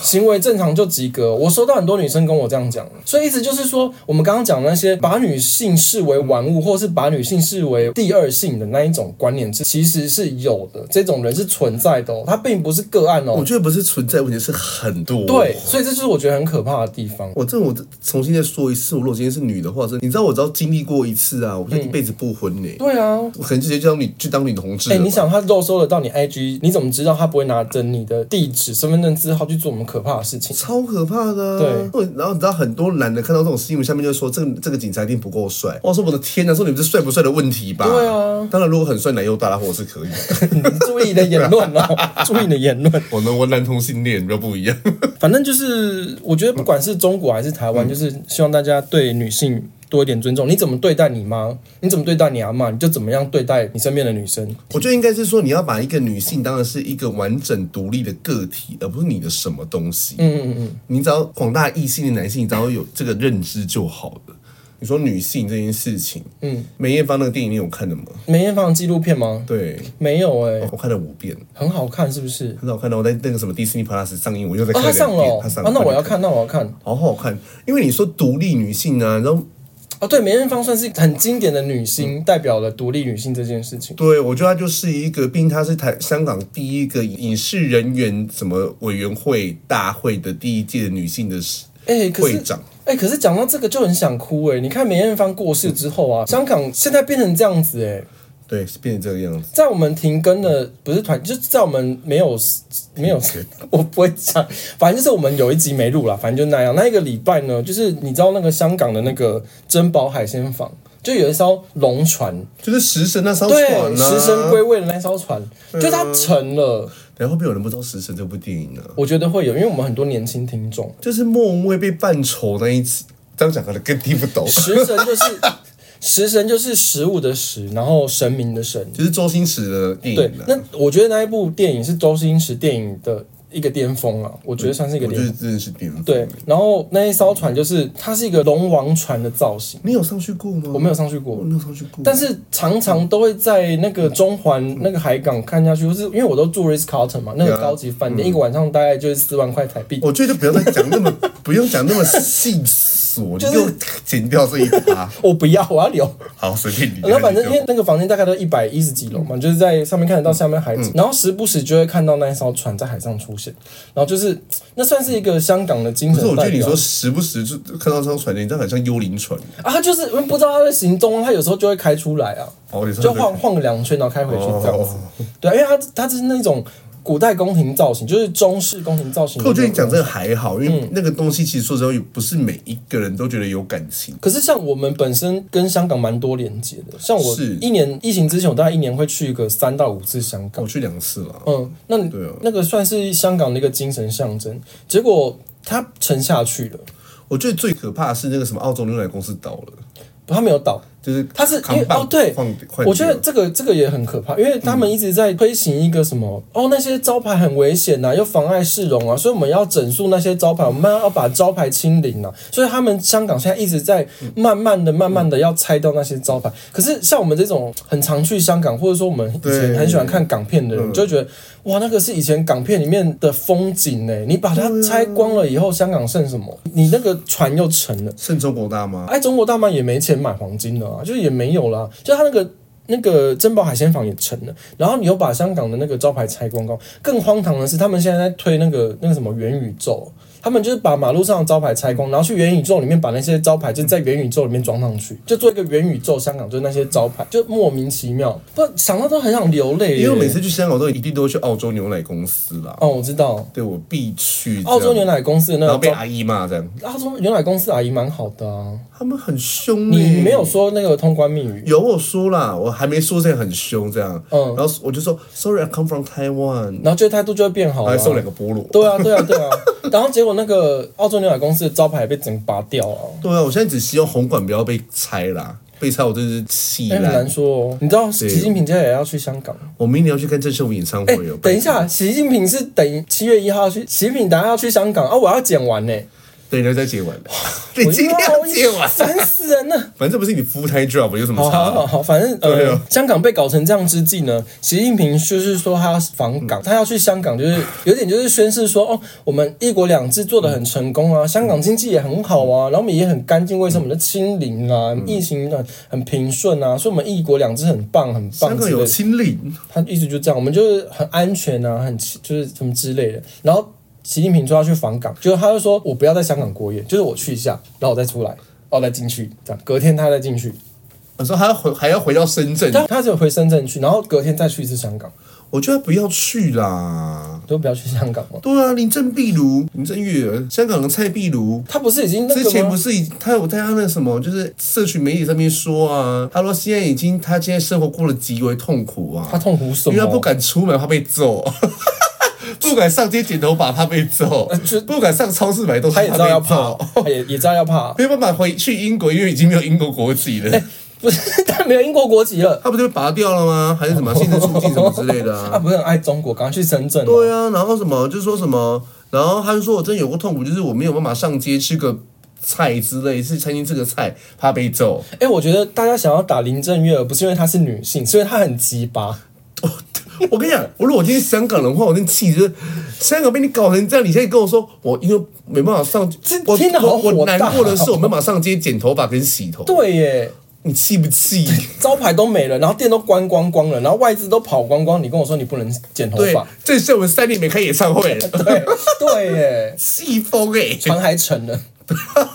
行为正常就及格。我收到很多女生跟我这样讲，所以意思就是说，我们刚刚讲的那些把女性视为玩物，或是把女性视为第二性的那一种观念，其实是有的，这种人是存在的哦，他并不是个案
我
哦。
觉得不是存在问题，是很多。
对，所以这就是我觉得很可怕的地方。
我这我重新再说一次，我如果今天是女的话，是你知道我只要经历过一次啊，我
嗯
就一辈子不婚呢、
对啊，
我可能直接就当女去当女同志
哎、
了吧。
你想他肉搜得到你 IG，你怎么知道他不会拿着你的地址、身份证字号去做我们可怕的事情？
超可怕的、啊。对，然后你知道很多男的看到这种新闻，下面就说这个这个警察一定不够帅。我说我的天呐，说你们是帅不帅的问题吧？
对啊，
当然如果很帅，奶又大拉我是可以的。
你注意你的言论哦， 注意你的言论。
我呢，我男同性恋比较不一样。
反正就是，我觉得不管是中国还是台
嗯
湾，就是希望大家对女性多一点尊重。你怎么对待你妈，你怎么对待你阿妈，你就怎么样对待你身边的女生。
我觉得应该是说，你要把一个女性当然是一个完整独立的个体，而不是你的什么东西。嗯嗯嗯，你只要广大异性的男性，你只要有这个认知就好了。你说女性这件事情，嗯，梅艳芳那个电影你有看的吗？
梅艳芳的纪录片吗？
对，
没有哎、
我看了五遍，
很好看是不是？
很好看的。我在那个什么 Disney Plus 上映，我又在
啊，她
看
上了
两
哦、
遍。它上
啊，那我要
快
看，
点
那我要看。
好好看。因为你说独立女性啊，然后
啊，对，梅艳芳算是很经典的女
嗯
星，代表了独立女性这件事情。
对我觉得她就是一个，毕竟她是台香港第一个影视人员什么委员会大会的第一届的女性的
哎、可
会
是
长。
哎、可是讲欸到这个就很想哭哎、你看梅艳芳过世之后啊，香港现在变成这样子哎、
对，是变成这个样子。
在我们停更的不是团，就是在我们没有没有， 我不会讲，反正就是我们有一集没录啦，反正就那样。那一个礼拜呢，就是你知道那个香港的那个珍宝海鲜坊，就有一艘龙船，
就是食神那艘船
对，
啊，嗯
食神归位的那艘船，就它沉了。
然后会不会有人不知道《食神》这部电影呢、啊？
我觉得会有，因为我们很多年轻听众，
就是莫文蔚被扮丑那一集，这样讲可能更听不懂。
食神就是 食神就是食物的食，然后神明的神，
就是周星驰的电
对
影、啊，，
那我觉得那一部电影是周星驰电影的一个巅峰啊，我觉得算是一个
我
巅
觉
峰。
得真的是巅峰。
对，，然后那一艘船就是它是一个龙王船的造型，
你有上去过吗？
我没有上去过
我，没有上去过。
但是常常都会在那个中环那个海港看下去，就是因为我都住 Ritz Carlton 嘛，那个
对啊
高级饭店，一个晚上大概就是四万块台币。
我觉得不要再讲那么， 不用讲那么细琐，
就是
你给我 剪掉这一趴。
我不要，我要留。
好，随便你。
然后反正因
你
为那个房间大概都一百一十几楼嘛，
嗯
就是在上面看得到下面海景，然后时不时就会看到那一艘船在海上出现，然后就是那算是一个香港的精
可是我
神
觉
代
得你
表
说时不时就看到这艘船，你这样很像幽灵船。
啊，他就是因为不知道他的行踪，他有时候就会开出来啊，
哦，你说
就晃晃个两圈，然后开回去
哦
这样子。对，因为他他就是那种古代宫廷造型，就是中式宫廷造型。
可我觉得你讲这个还好，因
嗯
为那个东西其实说实话，也不是每一个人都觉得有感情。
可是像我们本身跟香港蛮多连接的，像我
是
一年疫情之前，我大概一年会去个三到五次香港。
我去两次了，
嗯，那你
对啊
那个算是香港的一个精神象征。结果它沉下去了，
我觉得最可怕的是那个什么澳洲牛奶公司倒了，
它没有倒，
就是
它是因
扛
为
棒
哦对
放快
我觉得这个这个也很可怕，因为他们一直在
嗯
推行一个什么、哦，那些招牌很危险呐、又妨碍市容啊，所以我们要整肃那些招牌，我们要把招牌清零啊。所以他们香港现在一直在慢慢的、慢慢的要拆掉那些招牌。可是像我们这种很常去香港，或者说我们以前
对
很喜欢看港片的
嗯
人，就会觉得哇，那个是以前港片里面的风景呢、你把它
啊
拆光了以后，香港剩什么？你那个船又沉了。
圣中国大妈，
哎，中国大妈也没钱买黄金了啊，就是也没有啦，就他那个那个珍宝海鲜坊也沉了，然后你又把香港的那个招牌拆光光，更荒唐的是，他们现在在推那个那个什么元宇宙，他们就是把马路上的招牌拆光，然后去元宇宙里面把那些招牌就在元宇宙里面装上去，就做一个元宇宙香港，就是那些招牌，就莫名其妙，不想到都很想流泪耶。
因为我每次去香港都一定都会去澳洲牛奶公司啦，
哦，我知道
对我必去这样。
澳洲牛奶公司的那
然后
个
被
招。
阿姨骂这样，
澳洲牛奶公司的阿姨蛮好的啊，
他们很凶、欸。
你没有说那个通关密语，
有我说啦，我还没说这样很凶这样，
嗯
然后我就说 Sorry, I come from Taiwan，
然后就态度就会变好、啊，
还送两个菠萝。
对啊，对啊，对 啊。然后结果那个澳洲牛奶公司的招牌被整个拔掉啊，
对啊，我现在只希望红馆不要被拆啦，被拆我真是气
哎，很难
烂。
说哦。你知道习近平接下来要去香港？
我明年要去看郑秀文演唱
哎
会哦。，
等一下，习近平是等七月一号要去，习近平等下要去香港啊！我要剪完呢，
对，然后再接完。
我
你今天要接完，
烦死人了。
反正不是你 full time job 有什 么
好好哦好
差？
好，反正
对
呃
啊，
香港被搞成这样之际呢，习近平就是说他要访
嗯
港，他要去香港， 就是有点就是宣示说，哦，我们一国两制做的很成功
嗯
啊，香港经济也很好啊，然后我们也很干净，为什么我们的清零
嗯
啊，疫情很很平顺啊，所以我们一国两制很棒，很棒
香
之
港
类
有
的。
清零，
他一直就这样，我们就是很安全啊，很就是什么之类的。然后习近平说要去访港，就是他就说我不要在香港过夜，就是我去一下，然后我再出来，然后再进去，这样隔天他再进去。
我说还要回还要回到深圳，
他他只有回深圳去，然后隔天再去一次香港，
我觉得不要去啦。
都不要去香港了。
对啊，林郑壁如，林郑月娥，香港的蔡壁如，
他不是已经那
之
个
前
吗
不？是已他有在他那什么，就是社群媒体上面说啊，他说现在已经他现在生活过得极为痛苦啊，
他痛苦什
因为他
么？
不敢出门，怕 被揍。不敢上街剪头发，怕被揍
呃就；
不敢上超市买东西，
他也知道
怕
要
被
怕
揍。，
他也也知道要怕。
没有办法回去英国，因为已经没有英国国籍了。
不是， 他没有英国国籍了。
他不就被拔掉了吗？还是什么限制出境什么之类的
他
啊？
不是很爱中国，赶快去深圳。
对啊，然后什么就说什么，然后他就说我真的有过痛苦，就是我没有办法上街吃个菜之类，是餐厅吃个菜怕被揍。
哎、我觉得大家想要打林郑月娥，不是因为她是女性，是因为她很鸡巴。
我跟你讲，我如果今天是香港人的话，我真气就是香港被你搞成这样，你现在跟我说我因为没办法上
这，
我
天哪好
我
火
我
大啊
难过的是我没办法上街剪头发跟洗头，
对耶，
你气不 气？
招牌都没了，然后店都关光光了，然后外资都跑光光。你跟我说你不能剪头
对
发，，
这是我们三年没开演唱会 了，
对对耶，
气疯哎！
船还沉了，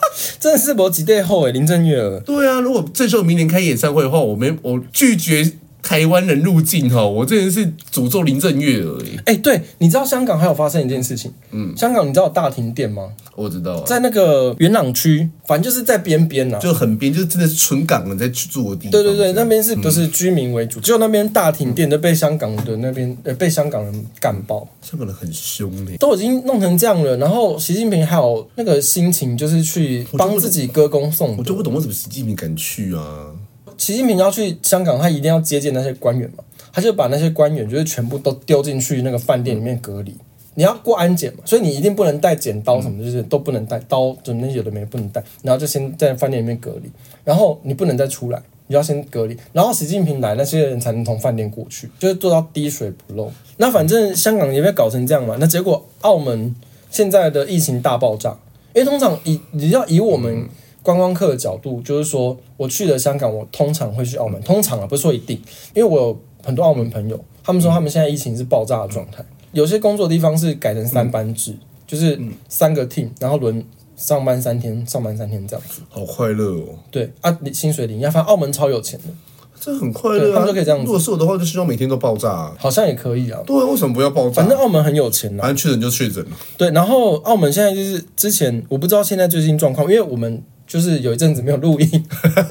真的是我几代后哎，林郑月娥。
对啊，如果郑秀文明年开演唱会的话，我们我拒绝台湾人入境哈，我真的是诅咒林郑月娥哎，
哎、对，你知道香港还有发生一件事情，嗯，香港你知道有大停电吗？
我知道、啊，
在那个元朗区，反正就是在边边呐。
就很边，就是真的是纯港人在住的地方。
对对对，那边是不是居民为主？只有那边大停电都被香港的那边呃被香港人干爆，
香港人很凶哎、
都已经弄成这样了。然后习近平还有那个心情，就是去帮自己歌功颂
我
德
就。不懂为什么习近平敢去啊？
习近平要去香港，他一定要接见那些官员嘛，他就把那些官员就是全部都丢进去那个饭店里面隔离。你要过安检嘛，所以你一定不能带剪刀什么，就是都不能带刀，什么那些有的没不能带，然后就先在饭店里面隔离，然后你不能再出来，你要先隔离，然后习近平来，那些人才能从饭店过去，就是做到滴水不漏。那反正香港也被搞成这样嘛，那结果澳门现在的疫情大爆炸，因为通常以你要以我们观光客的角度，就是说我去了香港，我通常会去澳门，通常啊不是说一定，因为我有很多澳门朋友，他们说他们现在疫情是爆炸的状态，有些工作地方是改成三班制，就是三个 team，然后轮上班三天，上班三天这样子。
好快乐哦，
对啊，你薪水领一下，反正澳门超有钱的，
这很快乐
对
啊！
他们就可以这样子
如果是我的话，就希望每天都爆炸、啊。
好像也可以啊。
对啊，为什么不要爆炸？
反正澳门很有钱啦、啊
反正确诊就确诊了。
对，然后澳门现在就是之前我不知道现在最新状况，因为我们就是有一阵子没有录音，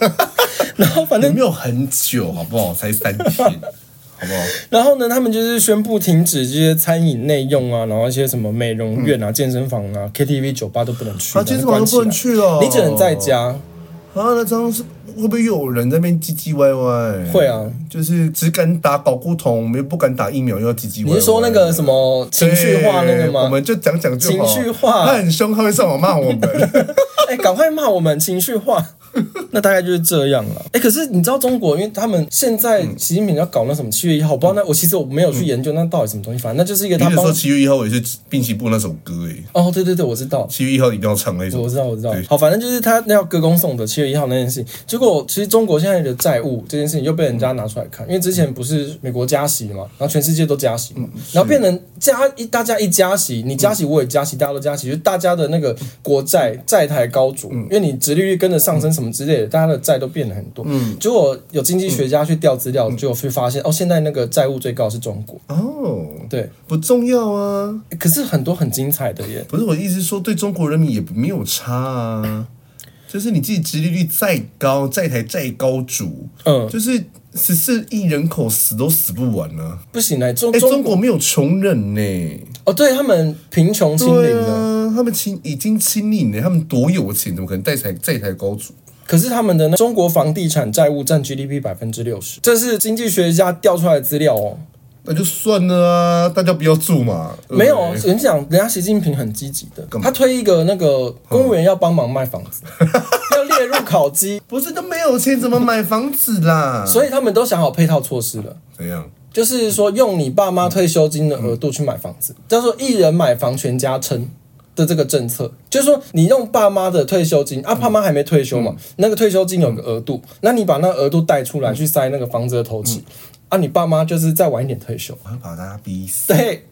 然后反正
也没有很久，好不好？才 三天，好不好？
然后呢，他们就是宣布停止这些餐饮内用啊，然后一些什么美容院啊、健身房啊、KTV、酒吧都不能去，
啊，健身房都不能去了，
你只能在家。
啊。那这样是会不会又有人在那边唧唧歪歪？
会啊，
就是只敢打保护筒，没不敢打疫苗，又要唧唧歪
你
歪。
是说那个什么情绪化那个
对我
吗？
们就讲讲就好。
情绪化
他很凶，他会上网骂 我们。
哎，赶快骂我们情绪化。 那大概就是这样了。哎，可是你知道中国，因为他们现在习近平要搞那什么七月一号，我不知道那我其实我没有去研究那到底什么东西，反正那就是一个
你
他
是
帮
说七月一号也是滨崎步那首歌诶？
哦，对对对，我知道。
七月一号一定要唱那首
我知道，我知道
嗯对。
好，反正就是他那要歌功颂德，七月一号那件事情。结果其实中国现在的债务这件事情又被人家拿出来
嗯
看，因为之前不是美国加息嘛，然后全世界都加息
嗯
嘛，然后变成加一大家一加息，你加息我也加息，大家都加息，就大家的那个国债债台高筑，
嗯
因为你殖利率跟着上升什么之类的，大家的债都变得很多。
嗯
结果有经济学家去调资料，结果去发现哦，现在那个债务最高是中国。
哦，
对，
不重要啊。
可是很多很精彩的耶。
不是我的意思是说，对中国人民也没有差啊。就是你自己殖利率再高，债台再高筑，
嗯，
就是十四亿人口死都死不完呢、
不行嘞，中
哎、
哦中
中国没有穷人呢、
哦，对他们贫穷清零
对
的。
啊，他们清已经清零了，他们多有钱，怎么可能债台债台高筑？
可是他们的那中国房地产债务占 GDP 百分之六十，这是经济学家调出来的资料哦。
那就算了啊，大家不要住嘛。对不对
没有，我跟你讲，人家习近平很积极的，他推一个那个公务员要帮忙卖房子，要列入考绩，
不是都没有钱，怎么买房子啦？
所以他们都想好配套措施了。
怎样？
就是说，用你爸妈退休金的额度去买房子，叫做一人买房全家撑的这个政策，就是说你用爸妈的退休金啊，爸妈还没退休嘛，那个退休金有个额度，那你把那额度带出来去塞那个房子的头期，啊，你爸妈就是再晚一点退休，
我要把他逼死。
对，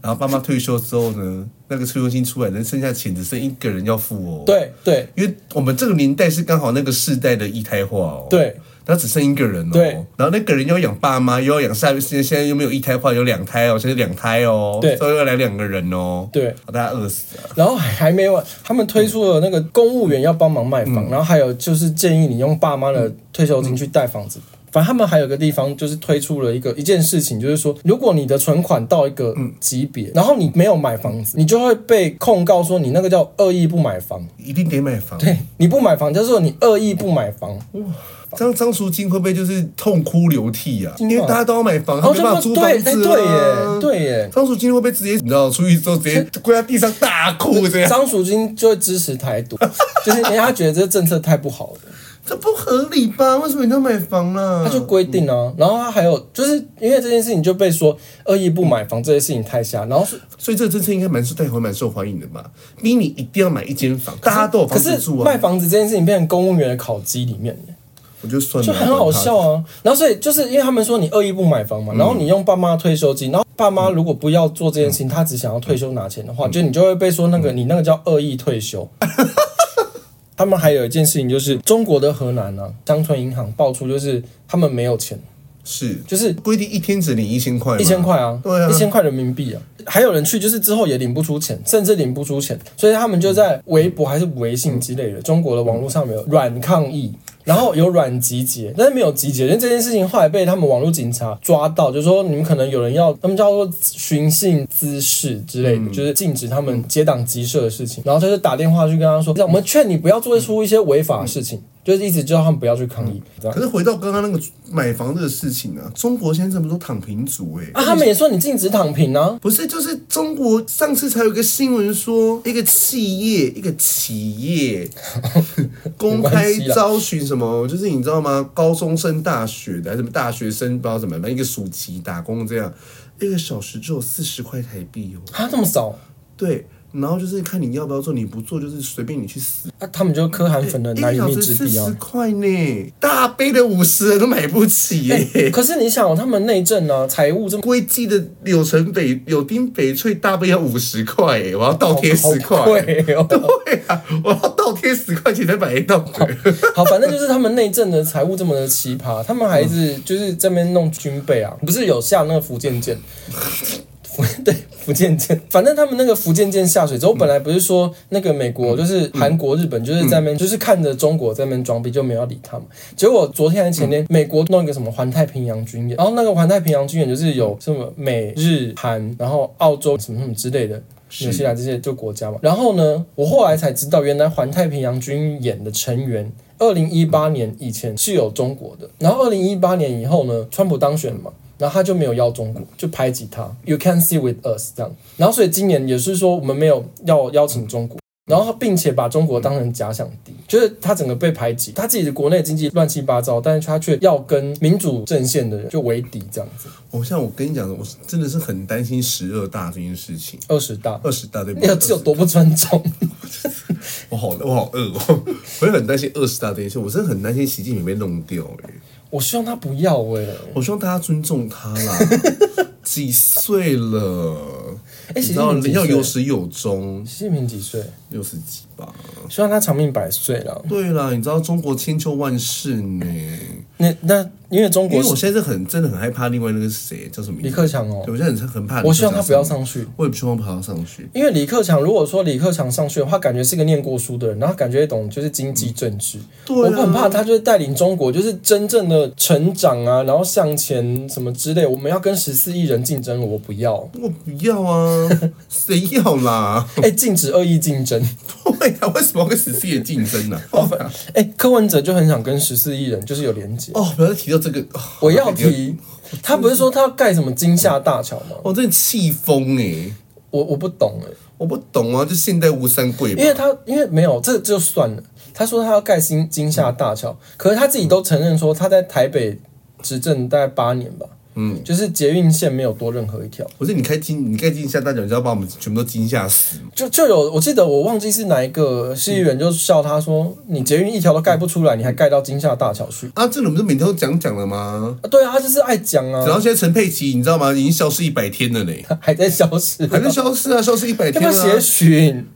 然后爸妈退休之后呢，那个退休金出来的，剩下钱只剩一个人要付哦。，
对对
因为我们这个年代是刚好那个世代的一胎化哦。。
对，
然后只剩一个人哦，
对
然后那个人又要养爸妈，又要养下面，现在现在又没有一胎化，有两胎哦，现在两胎哦，
对
所以要来两个人哦，
对
把大家饿死啊，
然后还还没完，他们推出了那个公务员要帮忙卖
嗯
房，然后还有就是建议你用爸妈的退休金去贷房子。反正他们还有个地方就是推出了一个一件事情，就是说，如果你的存款到一个
嗯
级别，然后你没有买房子，你就会被控告说你那个叫恶意不买房。
一定得买房。
对，你不买房就是说你恶意不买房，
嗯张张淑金会不会就是痛哭流涕啊？因
金
为
吧
大家都要买房，他
哦，
没办法租
对对
房
对
子
对
啊
耶，。对耶，
张淑金会不会直接你知道出去之后直接跪在地上大哭这 样？
张淑金就会支持台独， 就是因为他觉得这政策太不好了。
这不合理吧？为什么你要买房啦、
他就规
嗯
定啊，然后他还有就是因为这件事情就被说恶意不买房这件事情太瞎，然后是
所以这个政策应该蛮受带回蛮受欢迎的吧？逼你一定要买一间房，大家都有
可
房子
是
住
卖
啊，
房子这件事情变成公务员的考绩里面，
我就算了，
就很好笑
嗯
啊。然后所以就是因为他们说你恶意不买房嘛，然后你用爸妈退休金，然后爸
嗯
妈如果不要做这件事情，他只想要退休拿钱的话，就你就会被说
嗯
那个你那个叫恶意退 休。他们还有一件事情就是中国的河南啊，乡村银行爆出就是他们没有钱，
是
就是
规定一天只领一千块吗，
一千块啊，
对啊
一千块人民币啊，还有人去就是之后也领不出钱，甚至领不出钱，所以他们就在微博还是微信之类的中国的网络上面有软抗议。然后有软集结，但是没有集结，因为这件事情后来被他们网络警察抓到，就说你们可能有人要，他们叫做寻衅滋事之类的，
嗯
就是禁止他们结党集社的事情。然后他就打电话去跟他说，我们劝你不要做出一些违法的事
嗯
情，就是一直叫他们不要去抗议。这样
可是回到刚刚那个买房这个事情啊，中国现在这么多躺平族哎、
啊，他们也说你禁止躺平啊，
不是，就是中国上次才有一个新闻说，一个企业，一个企业公开招询什么， 就是你知道吗？高中生、大学的还是什么大学生，不知道怎么，反正一个暑期打工这样，一个小时只有四十块台币哦。
啊这么少。
对，然后就是看你要不要做，你不做就是随便你去死。
啊，他们就是可汗粉的
一
难
个
以
小
觅
时
之
四
地
十
啊。
块呢，大杯的五十人都买不起 耶、
可是你想哦，他们内政啊、财务这 么
规记的柳城北柳丁翡翠大杯要五十块耶，我要倒贴
好
十块。
贵哦。
对啊，我要倒贴十块钱才买得到 的。
好，反正就是他们内政的财务这么的奇葩，他们还是就是这边弄军备啊，不是有下那个福建舰。啊福 对福建舰，反正他们那个福建舰下水之后，本来不是说那个美国就是韩国、日本就是在那边、就是看着中国在那边装逼，就没有理他们。结果昨天还是前天，美国弄一个什么环太平洋军演，然后那个环太平洋军演就是有什么美日韩，然后澳洲什么什么之类的。纽西兰这些就国家嘛，然后呢，我后来才知道，原来环太平洋军演的成员，二零一八年以前是有中国的，然后二零一八年以后呢，川普当选了嘛，然后他就没有要中国，就排挤他，You can see with us 这样，然后所以今年也是说我们没有要邀请中国。然后，并且把中国当成假想敌，就是他整个被排挤，他自己的国内经济乱七八糟，但是他却要跟民主阵线的人就为敌，这样子。
我像我跟你讲，我真的是很担心十二大这件事情。
二十大，
二十大对不
你
对
有？这有多不尊重？
我好我好饿哦， 我也很担心二十大这件事，我真的很担心习近平被弄掉哎、
我希望他不要哎、
我希望大家尊重 他啦，几岁了？
哎
你
习
知
近
道
平几岁
要有始有终，
习近平几岁？
六十几吧。
希望他长命百岁了。
对啦，你知道中国千秋万世呢，
那那因为中
因
国
为我
是
现在是很真的很害怕另外那个谁叫什么名字
李克强哦
对，我现在很很怕。
我希望他不要上去，
我也不希望他不要上去。
因为李克强，如果说李克强上去的话，感觉是个念过书的人，然后感觉懂就是经济政治。
对
我
啊
很怕他就是带领中国，就是真正的成长啊，然后向前什么之类。我们要跟十四亿人竞争，我不要。
我不要 啊，谁要啦？
哎、禁止恶意竞争。
对啊，为什么要跟十四亿竞 争呢、啊？
哎、柯文哲就很想跟十四亿人就是有连接。
哦，不要再提到这个，哦
我要，提，他不是说他要盖什么金厦大桥吗？
我真的气疯哎！
我我不懂哎、
我不懂啊，就现代吴三桂吧
因。为他因为没有这就算了，他说他要盖新金厦大桥，可是他自己都承认说他在台北执政大概八年吧，嗯，就是捷运线没有多任何一条，
不是你开金，你开金下大脚，你知道把我们全部都惊吓死吗？
就就有我记得我忘记是哪一个市议员就笑他说你捷运一条都盖不出来，你还盖到金厦大桥去
啊，这个我们就每天都讲讲了吗？
啊？对啊，他就是爱讲
然
啊，
后现在陈佩琪，你知道吗？已经消失一百天了呢，
还在消失，
还在消失啊，消失一百
要
天
不要
了、
协
啊。
寻？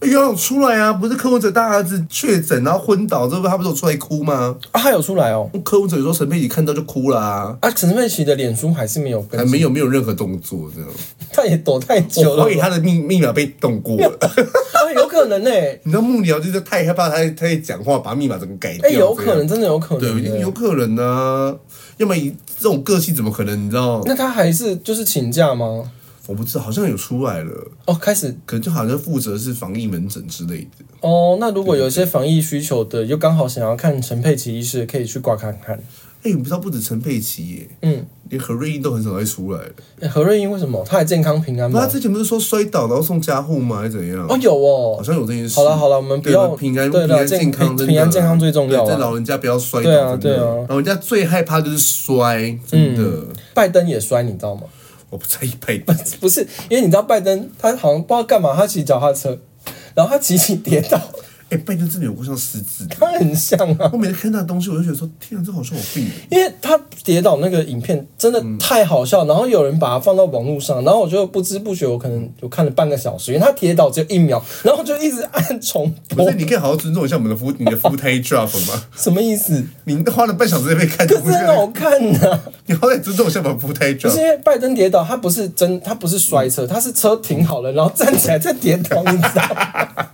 游泳出来啊，不是柯文哲大儿子确诊然后昏倒之后，他不是有出来哭吗？
啊，他有出来哦。
柯文哲说陈佩琪看到就哭啦、
啊，陈佩琪的脸书还是没有
还
更新，
没有没有任何动作这样。
他也躲太久
我
了
怀 疑，他的密密码被动过了。
啊，有可能呢、
你知道幕僚就是太害怕他他在讲话，把密码整个改掉。
哎、有可能，真的有可
这样，
能、
对，一
欸，
定有可能啊。要么以这种个性怎么可能？你知道？
那他还是就是请假吗？
我不知道，好像有出来了，
哦，开始
可能就好像负责是防疫门诊之类的。
哦。那如果有一些防疫需求的，又刚好想要看陈佩琪医师，可以去挂看看。
哎、你不知道不止陈佩琪耶，
嗯，
连何瑞英都很少再出来了。
诶何瑞英为什么她还健康平安
不是
吗
他？之前不是说摔倒然后送加护吗？还是怎样？
哦，有
好
哦。
像有这件事。
好了好了我们不要
对平安
对啦
平安
健
健康，真的
平安健康最重要啊
对在老人家不要摔倒。
对啊
真
对
的
啊嗯
老人家最害怕就是摔，真的。
拜登也摔，你知道吗？
我不在意拜登，
不是，因为你知道拜登他好像不知道干嘛，他骑脚踏车，然后他骑骑跌倒，
哎、拜登真的有过像狮子的，
它很像啊，
我每次看他的东西，我就觉得说，天啊，这好像有病哦。
因为他跌倒那个影片真的太好笑，然后有人把它放到网络上，然后我就不知不觉我可
嗯
能有看了半个小时，因为他跌倒只有一秒，然后就一直按重
不
播
是，，你可以好好尊重一下我们的服，你的服胎 drop 吗？
什么意思？
你花了半小时在被看，
可是很好看呐、
你好歹尊重一下我们的服胎
不是
drop。
因为拜登跌倒，他不是真，他不是摔
嗯
车，他是车停好了，然后站起来再跌倒，你知道 吗？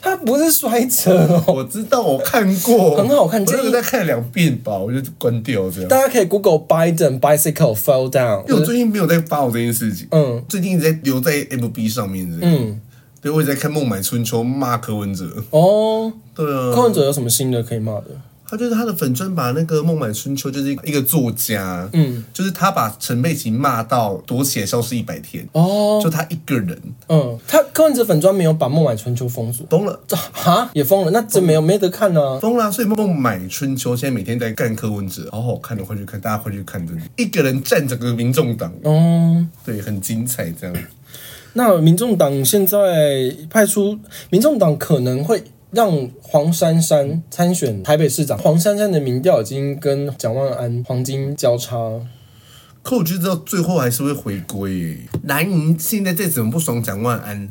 他不是摔车哦，
我知道，我看过，
很好看
我那
建
个
议
再看两遍吧，我就关掉这样。
大家可以 Google Biden bicycle fell
因为我
down。
最近没有在发我这件事情，
嗯，
最近一直在留在 FB 上面这样。嗯，对，我一直在看《孟买春秋》骂柯文哲。
哦，
对啊，
柯文哲有什么新的可以骂的？
他就是他的粉砖把那个《孟买春秋》就是一个作家，嗯，就是他把陈佩琪骂到躲起来消失一百天，
哦，
就他一个人
嗯，他柯文哲粉专没有把《孟买春秋》封锁，
疯了。
这哈也封了，那真没有没得看啊。
疯啦、所以《孟买春秋》现在每天在干柯文哲，好好看的，快去看，大家快去看，真的，一个人站整个民众党，
哦，
对，很精彩这样。
那民众党现在派出，民众党可能会让黄珊珊参选台北市长。黄珊珊的民调已经跟蒋万安黄金交叉，
可我就知道最后还是会回归耶。蓝营现在再怎么不爽蒋万安，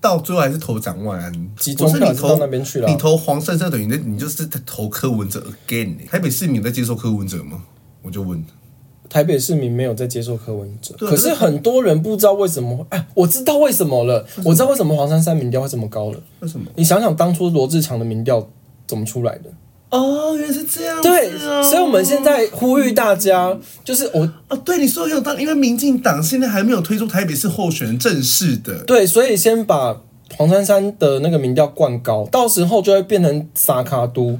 到最后还是投蒋万安。
集中
不是
票
你
就
投
到那边去了
你投黄珊珊等于那你就是在投柯文哲 again 耶。台北市民有在接受柯文哲吗？我就问，
台北市民没有在接受柯文哲，
对啊
可是很多人不知道为什么。哎，我知道为什么了，我知道为什么黄珊珊民调会这么高了。
为什么？
你想想当初罗志强的民调怎么出来的？
哦，原来是啊这样、
对，所以我们现在呼吁大家，就是我
哦，对你说的有道理，因为民进党现在还没有推出台北市候选人正式的。
对，所以先把黄珊珊的那个民调灌高，到时候就会变成撒卡都。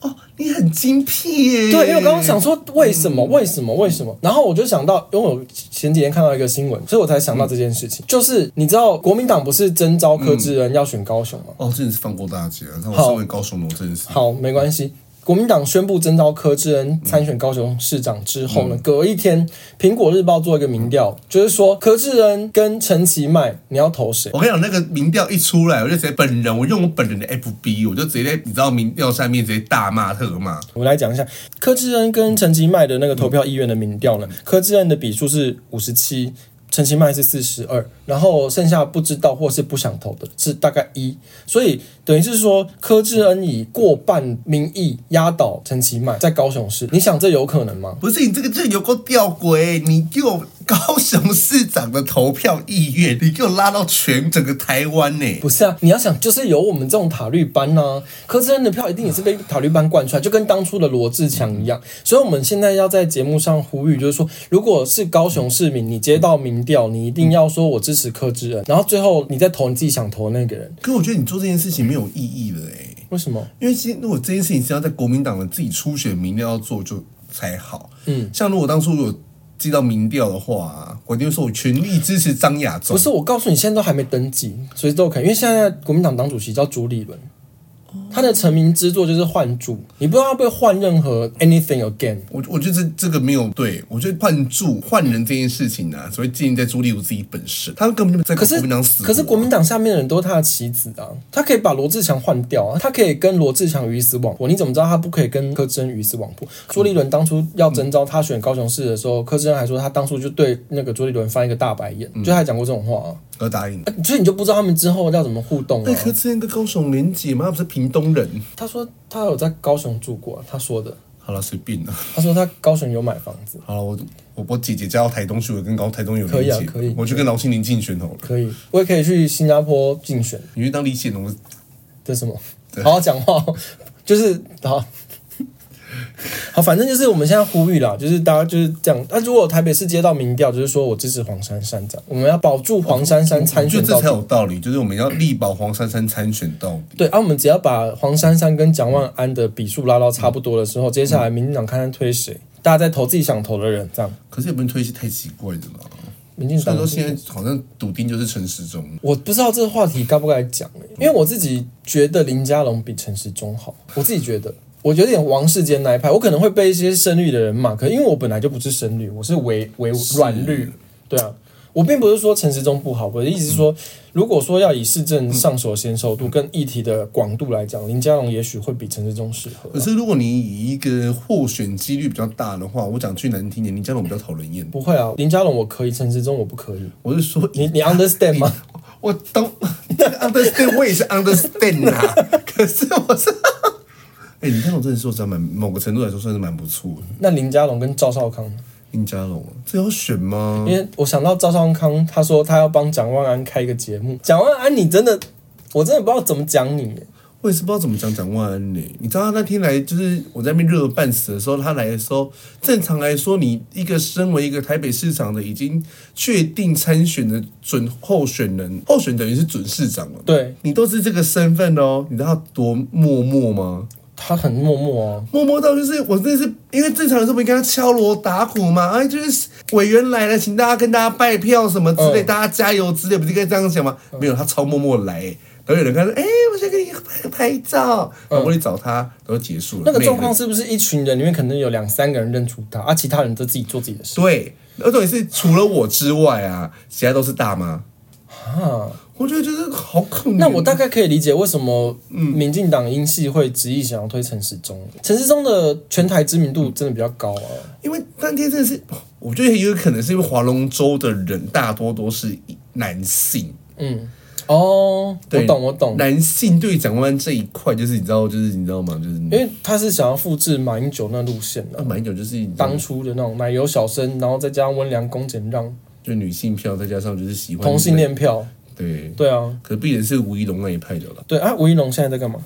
哦，你很精辟耶！
对，因为我刚刚想说为什么，为什么，为什么？然后我就想到，因为我前几天看到一个新闻，所以我才想到这件事情。就是你知道，国民党不是征召柯志恩要选高雄吗？
哦，真的是放过大家。那我
好
身为高雄人，我真的是
好，没关系。国民党宣布征召柯志恩参选高雄市长之后呢，隔一天，《苹果日报》做一个民调，就是说柯志恩跟陈其迈，你要投谁？
我跟你讲，那个民调一出来，我就直接本人，我用我本人的 FB，我就直接在你知道民调下面直接大骂特骂。
我来讲一下柯志恩跟陈其迈的那个投票意愿的民调呢，柯志恩的比数是五十七，陈其迈是四十二，然后剩下不知道或是不想投的是大概一，所以等于是说柯志恩以过半民意压倒陈其迈在高雄市，你想这有可能吗？
不是你这个这有够吊诡，你给我高雄市长的投票意愿，你给我拉到全整个台湾呢、
不是啊，你要想，就是有我们这种塔绿班呐、柯志恩的票一定也是被塔绿班灌出来，就跟当初的罗志强一样。所以我们现在要在节目上呼吁，就是说，如果是高雄市民，你接到民调，你一定要说我支持柯志恩，然后最后你再投你自己想投的那个人。
可我觉得你做这件事情没有意义了哎、
为什么？
因为其实如果这件事情是要在国民党的自己初选民调要做就才好。嗯，像如果当初有接到民调的话，我一定会说我全力支持张亚中
不。是，我告诉你，现在都还没登记，所以都可以。因为现在国民党党主席叫朱立伦，他的成名之作就是换柱，你不知道他被换任何 anything again。
我我觉得这这个没有对，我觉得换柱换人这件事情呢、啊，所谓建立在朱立伦自己本身，他们根本就在
可
国
是
民党死活啊
可是国民党下面的人都是他的棋子啊，他可以把罗志祥换掉啊，他可以跟罗志祥鱼死网破。你怎么知道他不可以跟柯志恩鱼死网破？朱立伦当初要征召他选高雄市的时候，柯志恩还说他当初就对那个朱立伦翻一个大白眼，就他还讲过这种话啊，
而答应。
呃所以你就不知道他们之后要怎么互动
那
啊。
柯志恩跟高雄连结吗？他不是屏东人。
他说他有在高雄住过啊、他说的，
好了，随便了。
他说他高雄有买房子，
好了，我我我姐姐嫁到台东去，我跟高台东有
可以
连
啊
结，
可以
我去跟劳心林竞选好了。
可以，我也可以去新加坡竞选。
你去当李显龙，
这是什么？好好讲话哦， 就是好。 好，反正就是我们现在呼吁啦，就是大家就是这样。那、如果台北市接到民调，就是说我支持黄珊珊这样，我们要保住黄珊珊参
哦我觉
选
得
到底
这才。有道理，就是我们要力保黄珊珊参选到底。
对，啊，我们只要把黄珊珊跟蒋万安的比数拉到差不多的时候，接下来民进党看看推谁，大家再投自己想投的人，这样。
可是也不能推一些太奇怪的啦。
民进
虽
党
然说现在好像笃定就是陈时中，
我不知道这个话题该不该讲、欸，因为我自己觉得林佳龙比陈时中好，我自己觉得。我有点王世坚那一派，我可能会被一些深绿的人骂，可因为我本来就不是深绿，我是微微软绿，对啊，我并不是说陈时中不好，我的意思是说，如果说要以市政上手先受度跟议题的广度来讲，林佳龙也许会比陈时中适合
可。是如果你以一个获选几率比较大的话，我讲句难听点，林佳龙比较讨人厌。
不会啊，林佳龙我可以，陈时中我不可以。
我是说以
你你 understand 吗？
我懂这个 understand，我也是 understand 啊。可是 我是，哎、林佳龙真的说实在蛮，某个程度来说算是蛮不错的。
那林佳龙跟赵少康，
林佳龙啊，这要选吗
因？为我想到赵少康，他说他要帮蒋万安开一个节目。蒋万安，你真的，我真的不知道怎么讲你耶。
我也是不知道怎么讲蒋万安呢、你知道他那天来，就是我在那边热半死的时候，他来的时候，正常来说，你一个身为一个台北市长的已经确定参选的准候选人，候选等于是准市长了，
对
你都是这个身份哦，你知道他多默默吗？
他很默默啊，
默默到就是我真的是因为正常人都不应该敲锣打鼓嘛，哎，就是委员来了，请大家跟大家拜票什么之类，
嗯
大家加油之类，不是应该这样讲吗？没有，他超默默来、然后有人看说，哎、我想跟你拍拍照，然后我去找他，然后结束了。
嗯那个
没
状
人
况是不是一群人里面可能有两三个人认出他，啊，其他人都自己做自己的事
对，而重点是除了我之外啊，其他都是大妈，
啊？
我觉得就是好可怜。
那我大概可以理解为什么民进党英系会执意想要推陈时中。陈时中的全台知名度真的比较高啊，
因为当天真的是，我觉得也有可能是因为划龙舟的人大多都是男性。
嗯，哦，我
对
懂我懂，
男性对蒋万安这一块，就是你知道，就是你知道吗？就是
因为他是想要复制马英九那路线的、
那马英九就是你知道
当初的那种奶油小生，然后再加上温良恭俭让，
就女性票，再加上就是喜欢
同性，恋票，
对。
对啊，
可必然是吴一龙那一派的了，
对啊，吴一龙现在在干嘛？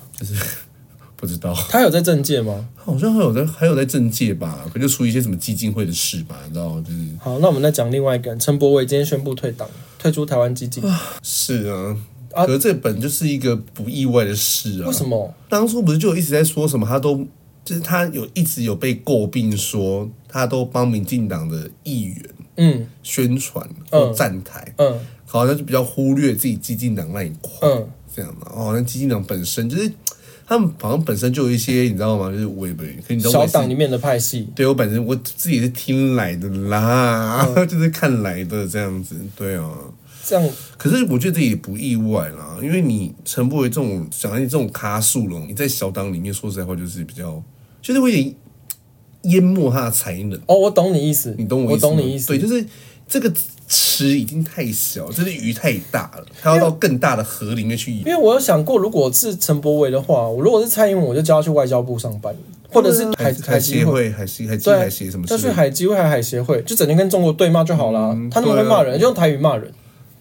不知道，
他有在政界吗？
好像还有在还有在政界吧，可就出一些什么基金会的事吧，你知道，就是
好，那我们再讲另外一个人，陈柏伟今天宣布退党，退出台湾基金，
是啊，
啊
可是这本就是一个不意外的事啊。
为什么？
当初不是就一直在说什么，他都就是他有一直有被诟病说，他都帮民进党的议员
嗯
宣传
嗯
或站台，
嗯
好像就比较忽略自己激进党那一块，
嗯
这样的哦，好像激进党本身就是他们好像本身就有一些你知道吗？就是违背，可你知道我
小
也是
党里面的派系，
对我本身我自己是听来的啦，
嗯
就是看来的这样子，对啊。
这样
可是我觉得这也不意外啦，因为你陈柏惟这种想要这种咖数了，你在小党里面说实在话就是比较，就是会有点淹没他的才能，
哦，我懂你意思，
你懂我
我
意思吗？
懂你意思
对，，就是这个池已经太小，这只鱼太大了，它要到更大的河里面去游
因。为我有想过，如果是陈柏伟的话，我如果是蔡英文，我就叫他去外交部上班，或者是海
海
海基
协
会，
会、海协、海基、
对啊
海协什么，之
就
类
去
的，嗯
海基会还海协会，就整天跟中国对骂就好啦。他那么会骂
啊
人，就用台语骂人。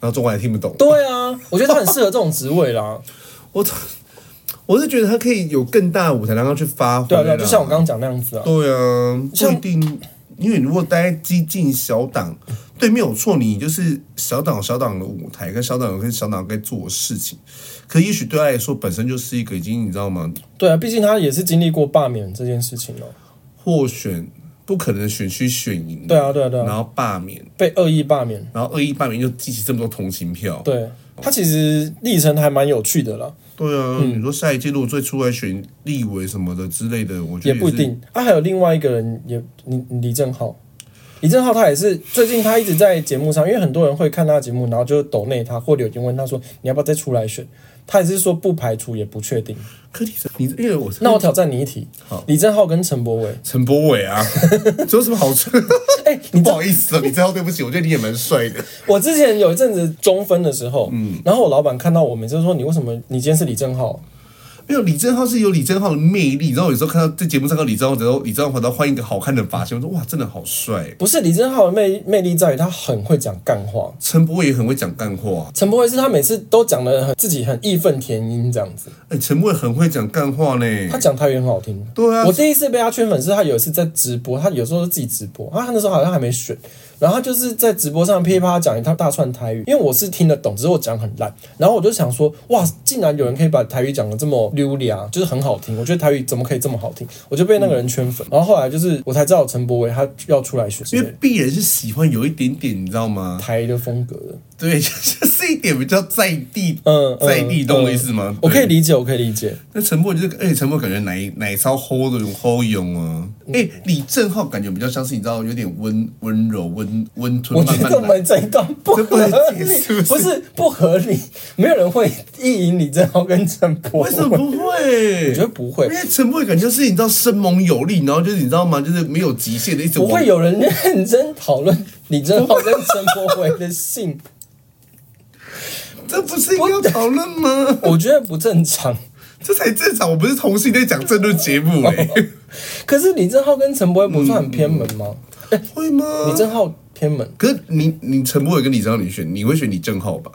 然后中国还听不懂。
对啊，我觉得他很适合这种职位啦。
我我是觉得他可以有更大的舞台让他去发挥啦。
对啊，对啊，就像我刚刚讲那样子啊。
对啊，不
像
一定，因为你如果待在激进小党，对，没有错，你就是小党有小党的舞台，跟小党有跟小党该做的事情。可也许对他来说，本身就是一个已经你知道吗？
对啊，毕竟他也是经历过罢免这件事情哦。
获选不可能选区选赢，
对啊，对啊，对
然
啊，
后罢免，
被恶意罢免。
然后恶意罢免又激起这么多同情票。
对他其实历程还蛮有趣的啦，
对啊，你说下一届如果再出来选立委什么的之类的，我觉
也
得
不一
是
定。啊，还有另外一个人也，你你李正浩，李正浩他也是最近他一直在节目上，因为很多人会看他的节目，然后就抖内他，或者有人问他说你要不要再出来选，他也是说不排除也不确定。
可你你因为我是
那我挑战你一题，李正浩跟陈柏伟，
陈柏伟啊，这有什么好处？
哎、你
不
知道
好意思啊，你知道对不起，我觉得你也蛮帅的。
我之前有一阵子中分的时候，嗯，然后我老板看到我，每次都说你为什么你今天是李正浩，
没有李正浩是有李正浩的魅力，然后有时候看到在节目上看到李正浩的时候，李正浩反倒换一个好看的发型，我说哇，真的好帅。
不是李正浩的魅魅力在于他很会讲干话，
陈柏伟也很会讲干话，
陈柏惟是他每次都讲的很自己很义愤填膺这样子，
哎、陈柏伟很会讲干话呢
他。讲台语很好听。
对啊
我第一次被他圈粉是他有一次在直播，他有时候自己直播，他那时候好像还没选，然后他就是在直播上噼里啪啦讲一套大串台语，因为我是听得懂，只是我讲很烂，然后我就想说，哇，竟然有人可以把台语讲的这么溜俩，就是很好听，我觉得台语怎么可以这么好听，我就被那个人圈粉，然后后来就是我才知道陈柏惟他要出来选
因为必然是喜欢有一点点，你知道吗？
台的风格的，
对， 就是这一点比较在地，
嗯嗯
在地，懂我意思吗？
我可以
对。
理解，我可以理解。
那陈柏就是，而且陈柏感觉奶奶超齁的，齁勇啊。
嗯
哎、李正浩感觉比较像是你知道，有点温温柔、温温吞，
我觉
慢
得我
慢来。
们这一段不
这不
合
能
理
解，释
不是不合理，没有人会意淫李正浩跟陈柏
为
文。
什么不会？
我觉得不会
因为陈柏感觉就是你知道生猛有力，然后就是你知道吗？就是没有极限的，一直
不
往
会有人认真讨论李正浩跟陈柏文的性？
这不是应该要讨论吗？
我觉得不正常。
这才正常，我不是同性恋讲政论 节目哎、
可是李正浩跟陈柏文不算很偏门吗？
会吗？
李正浩偏门，
可是你你陈柏伟跟李正浩你选，你会选李正浩吧？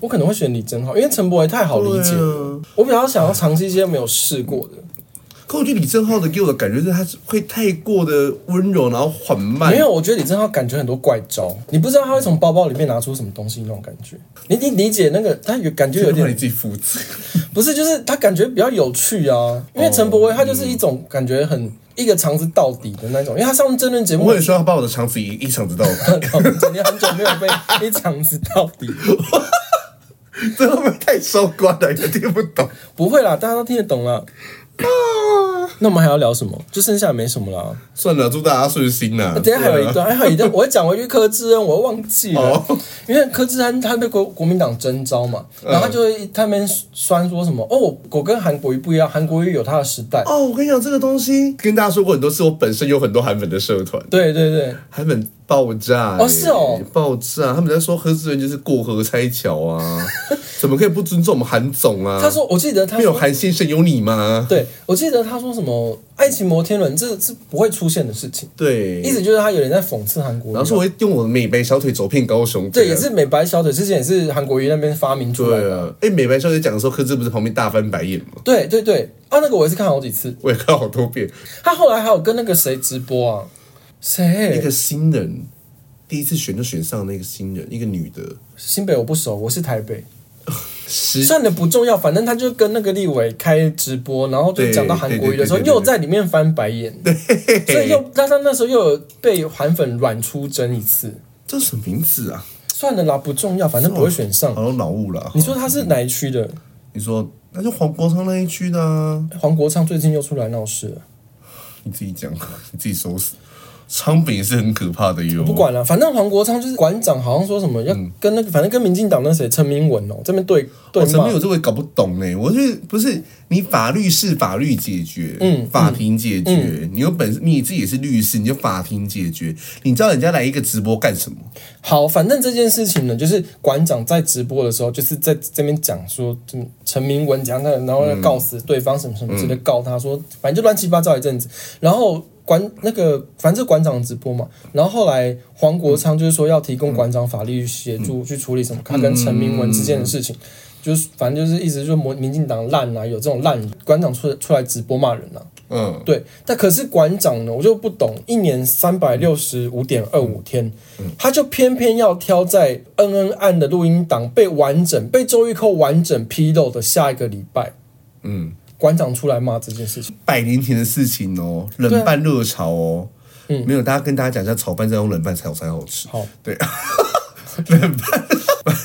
我可能会选李正浩，因为陈柏文太好理解了。
对啊
我比较想要尝试一些没有试过的。
可我觉得李正浩的给我的感觉是，他是会太过的温柔，然后缓慢。
没有，我觉得李正浩感觉很多怪招，你不知道他会从包包里面拿出什么东西那种感觉。你你理解那个，他有感觉有
这句话你
点
自己负责。
不是，就是他感觉比较有趣啊。因为陈柏威他就是一种感觉很一个肠子到底的那种，因为他上争论节目
我也，说要把我的肠子一一肠子到 底，
你很久没有 被一肠子到底。
这会不会太收官了？有点听不懂。
不会啦，大家都听得懂 啦。
啊
那我们还要聊什么？就剩下没什么啦。
算了，祝大家顺心啦、
等一下还有
对
一
啊
段，还有一段，我要讲回去柯志恩，我忘记了，
哦嗯
因为柯志恩他被国国民党征召嘛，然后他就会他们酸说什么哦，我跟韩国瑜不一样，韩国瑜有他的时代，
哦，我跟你讲这个东西，跟大家说过很多次，我本身有很多韩粉的社团，
对对对，
韩粉爆炸、欸、
哦是哦，
爆炸！他们在说何志仁就是过河拆桥 啊，怎么可以不尊重我们韩总啊？
他说我记得他
没有
说，
韩先生有你吗？
对我记得他说什么爱情摩天轮，这是不会出现的事情，
对，
意思就是他有点在讽刺韩国瑜
然后说
嘛。
我会用我的美白小腿走遍高雄，
对，
啊
也是美白小腿，之前也是韩国瑜那边发明出来
对
的。
啊。哎，美白小腿讲的时候，柯志不是旁边大翻白眼吗？
对对对，啊，那个我也是看好几次。
我也看好多遍。
他后来还有跟那个谁直播啊？
一
谁
个？新人第一次选就选上那个新人，一个女的，
新北我不熟，我是台北。
十
算了，不重要，反正他就跟那个立委开直播，然后就
对
讲到韩国瑜的时候，
对对对对对
又在里面翻白眼，所以又他他那时候又有被韩粉软出征一次。
这什么名字啊？
算了啦，不重要，反正不会选上。
好像脑雾了啊。
嗯你说他是哪一区的？
你说那就黄国昌那一区的啊，
黄国昌最近又出来闹事了。
你自己讲， 你自己收拾。昌北也是很可怕的哟。
不管了，反正黄国昌就是馆长，好像说什么要
嗯
跟那个，反正跟民进党那谁陈明文哦、这边对对
我怎
骂
么有。这我也搞不懂呢、我觉得不是你法律是法律解决，嗯，法庭解决。
嗯
你有本事，你自己也是律师，你就法庭解决。你知道人家来一个直播干什么？
好，反正这件事情呢，就是馆长在直播的时候，就是在这边讲说，嗯陈明文讲他，然后要告死对方什么什么之类，告他说，反正就乱七八糟一阵子。然后馆那个，反正馆长直播嘛，然后后来黄国昌就是说要提供馆长法律协助去处理什么他跟陈明文之间的事情，就是反正就是一直就民民进党烂啊，有这种烂人馆长出来出来直播骂人啊。
嗯，
对，但可是馆长呢，我就不懂，一年三百六十五点二五天，他就偏偏要挑在恩恩案的录音档被完整、被周玉蔻完整披露的下一个礼拜，
嗯，
馆长出来骂这件事情。
百年前的事情哦，
啊
冷拌热炒哦。嗯，没有，大家跟大家讲一下，炒饭再用冷拌炒才好吃。
好，
对，冷拌，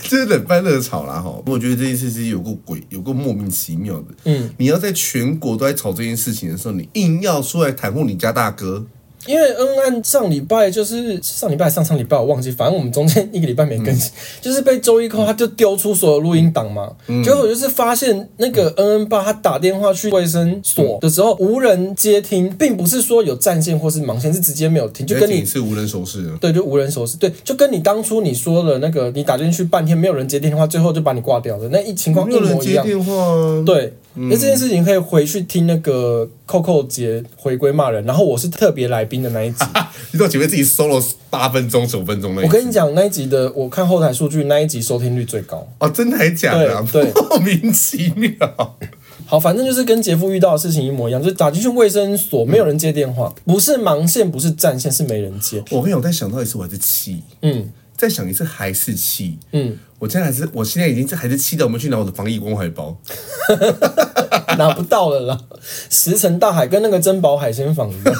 就是冷拌热炒啦哈。我觉得这件事是有个鬼，有个莫名其妙的。
嗯，
你要在全国都在炒这件事情的时候，你硬要出来袒护你家大哥，
因为恩案上礼拜就是上礼拜、上上礼拜我忘记，反正我们中间一个礼拜没更新，
嗯
就是被周一扣，他就丢出所有录音档嘛。
嗯
结果就是发现那个恩恩爸他打电话去卫生所的时候无人接听，并不是说有占线或是盲线，是直接没有听，就
再
跟
请
你
一次无人手势了。
对，就无人熟识。对，就跟你当初你说的那个，你打进去半天没有人接电话，最后就把你挂掉的那一情况
没
一
有人
模一
接
样。
电话啊。
对，那、这件事情可以回去听那个扣扣姐回归骂人，然后我是特别来宾的那一集。
你到前面自己 solo 八分钟、九分钟那一
我
集
跟你讲，那一集的我看后台数据，那一集收听率最高。
哦，真的还假的、啊？
对对
莫名其 妙。
好，反正就是跟杰夫遇到的事情一模一样，就是打进去卫生所没有人接电话，不是盲线，不是占线，是没人接。
我跟你讲，我再想到一次，我还是气；
嗯
再想一次，还是气。
嗯，
我现在还是，我现在已经是还是气到我们去拿我的防疫关怀包。
拿不到了啦，石沉大海，跟那个珍宝海鲜坊一样。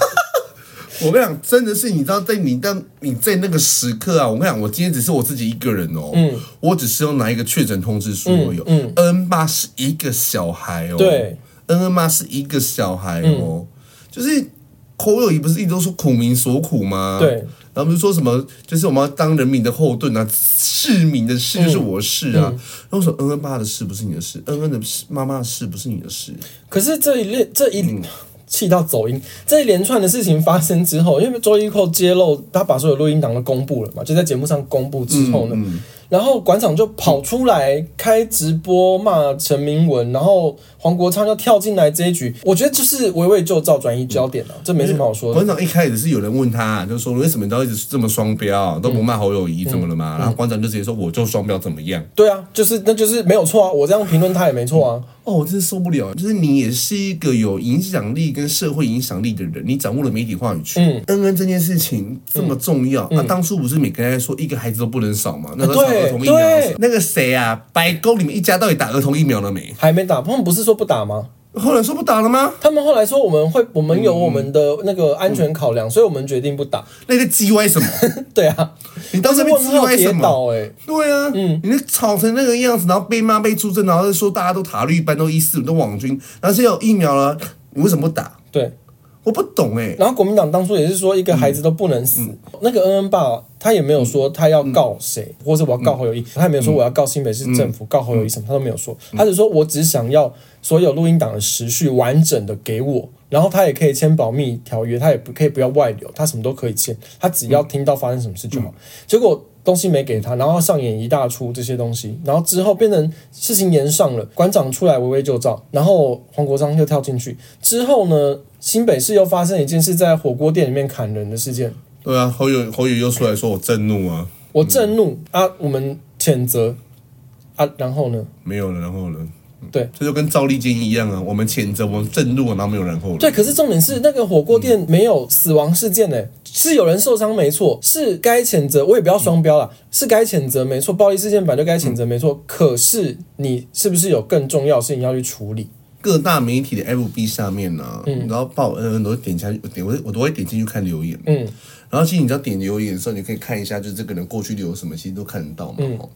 我跟你讲，真的是你知道，在你当你在那个时刻啊，我跟你讲，我今天只是我自己一个人哦，嗯，我只是要拿一个确诊通知书而已哦，嗯，恩妈是一个小孩哦，
对，
恩恩妈是一个小孩哦，就是侯友谊不是一直都说苦民所苦吗？
对。
然后就说什么，就是我们要当人民的后盾啊，市民的事就是我的事啊。然后我说，恩恩爸的事不是你的事，恩恩的事妈妈的事不是你的事。
可是这一列这一气到走音，这一连串的事情发生之后，因为周一蔻揭露他把所有录音档都公布了嘛，就在节目上公布之后呢，然后馆长就跑出来开直播骂陈明文，然后黄国昌就跳进来这一局，我觉得就是围魏救赵，转移焦点啊，这没什么好说的。
馆长一开始是有人问他，就说为什么你都一直这么双标，都不骂侯友谊，怎么了嘛？然后馆长就直接说，我就双标怎么样？
对啊，就是那就是没有错啊，我这样评论他也没错啊。
哦，我真是受不了！就是你也是一个有影响力跟社会影响力的人，你掌握了媒体话语权。
嗯
恩恩这件事情这么重要，那、当初不是每个人在说一个孩子都不能少吗？那时候打
对
儿童疫苗的时候
对，
那个谁啊，白宫里面一家到底打儿童疫苗了没？
还没打，他们不是说不打吗？
后来说不打了吗？
他们后来说我们会，我们有我们的那个安全考量，所以我们决定不打。
那个叽歪什么？
对啊，
你当时被
问
叽
号
歪
跌
什么？
倒哎、欸
对啊，你那吵成那个样子，然后被骂被出征，然后说大家都塔绿班都一四五都网军，然后现在有疫苗了，你为什么不打？
对，
我不懂哎、
然后国民党当初也是说一个孩子
嗯
都不能死，那个恩恩爸他也没有说他
嗯
要告谁，或者我要告侯友谊，他也没有说我要告新北市政
嗯
府、告侯友谊什么，他都没有说，他只说我只想要所有录音档的时序完整的给我，然后他也可以签保密条约，他也不可以不要外流，他什么都可以签，他只
嗯
要听到发生什么事就好。结果。东西没给他，然后上演一大出这些东西，然后之后变成事情延上了，馆长出来围魏救赵，然后黄国章又跳进去，之后呢，新北市又发生一件事，在火锅店里面砍人的事件，
对啊，侯友侯友又出来说我震怒啊，
我震怒、啊，我们谴责啊，然后呢？
没有了，然后呢？
对
这就跟赵立坚一样啊，我们谴责，我们震怒，然后没有然后了。
对，可是重点是那个火锅店没有死亡事件呢、是有人受伤没错，是该谴责，我也不要双标啦，是该谴责没错，暴力事件本来就该谴责没错，可是你是不是有更重要的事情要去处理？
各大媒体的 FB 下面呢、啊，然后报恩恩都会点下去，我点我我都会点进去看留言。
嗯，
然后其实你知道点留言的时候，你可以看一下，就是这个人过去留什么，其实都看得到嘛。
嗯
哦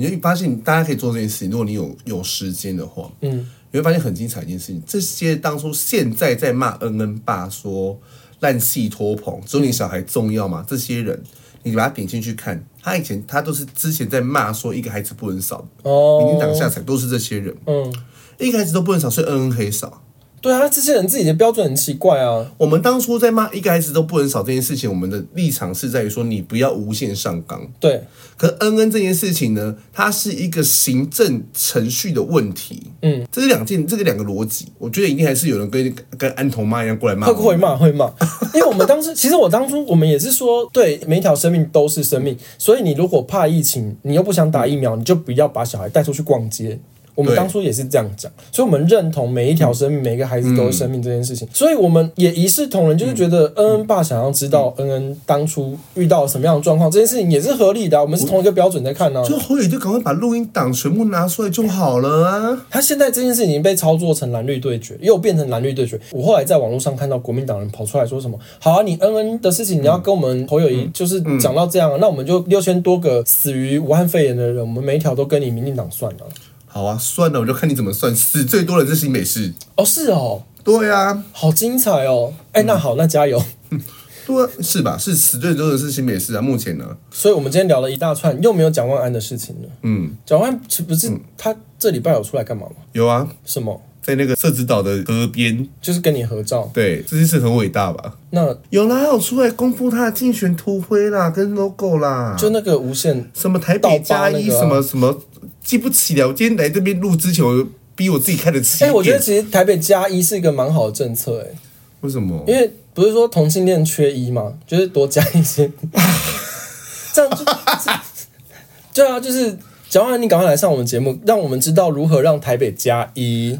你就发现大家可以做这件事情，如果你有有时间的话，嗯，你会发现很精彩一件事情。这些当初现在在骂恩恩爸说烂戏拖棚，只有你小孩重要
嗯
吗？这些人，你把他点进去看，他以前他都是之前在骂说一个孩子不能少，
哦
民进党下场都是这些人，
嗯，
一个孩子都不能少，所以恩恩可以少。
对啊，这些人自己的标准很奇怪啊，
我们当初在骂一个孩子都不能少这件事情，我们的立场是在于说你不要无限上纲。
对，
可恩恩这件事情呢，它是一个行政程序的问题。嗯，这是两件，这个两个逻辑，我觉得一定还是有人跟跟安童妈一样过来骂
会
我
会
们。
骂会骂，因为我们当时其实我当初我们也是说，对每一条生命都是生命，所以你如果怕疫情，你又不想打疫苗，你就不要把小孩带出去逛街。我们
对
当初也是这样讲，所以我们认同每一条生命、每一个孩子都是生命这件事情，所以我们也一视同仁，就是觉得恩恩爸想要知道恩恩当初遇到什么样的状况，这件事情也是合理的啊、我们是同一个标准在看呢、啊
就侯友宜就赶快把录音档全部拿出来就好了啊！
他现在这件事已经被操作成蓝绿对决，又变成蓝绿对决。我后来在网络上看到国民党人跑出来说什么：“好啊，你恩恩的事情你要跟我们侯友谊就是讲到这样、啊，那我们就六千多个死于武汉肺炎的人，我们每一条都跟你民进党算了、
好啊，算了，我就看你怎么算。死最多的人是新北市。
哦，是哦，
对啊，
好精彩哦！哎、那好，那加油。
对啊，是吧？是死最多的是新北市啊。目前呢，
所以我们今天聊了一大串，又没有蒋万安的事情了。
嗯，
蒋万安是不是他这礼拜有出来干嘛吗？
有啊，
什么？
在那个社子岛的河边，
就是跟你合照。
对，这件事很伟大吧？
那
有啦，有出来公布他的竞选图徽啦，跟 logo 啦，
就那个无限
什么台北加
倒
一、
八那个啊
什么什么，记不起了。我今天来这边录之前，我逼我自己开的起
哎、
点。
我觉得其实台北加一是一个蛮好的政策、哎。
为什么？
因为不是说同性恋缺一嘛，就是多加一些，这样就对啊，就是蒋万安，你赶快来上我们节目，让我们知道如何让台北加一。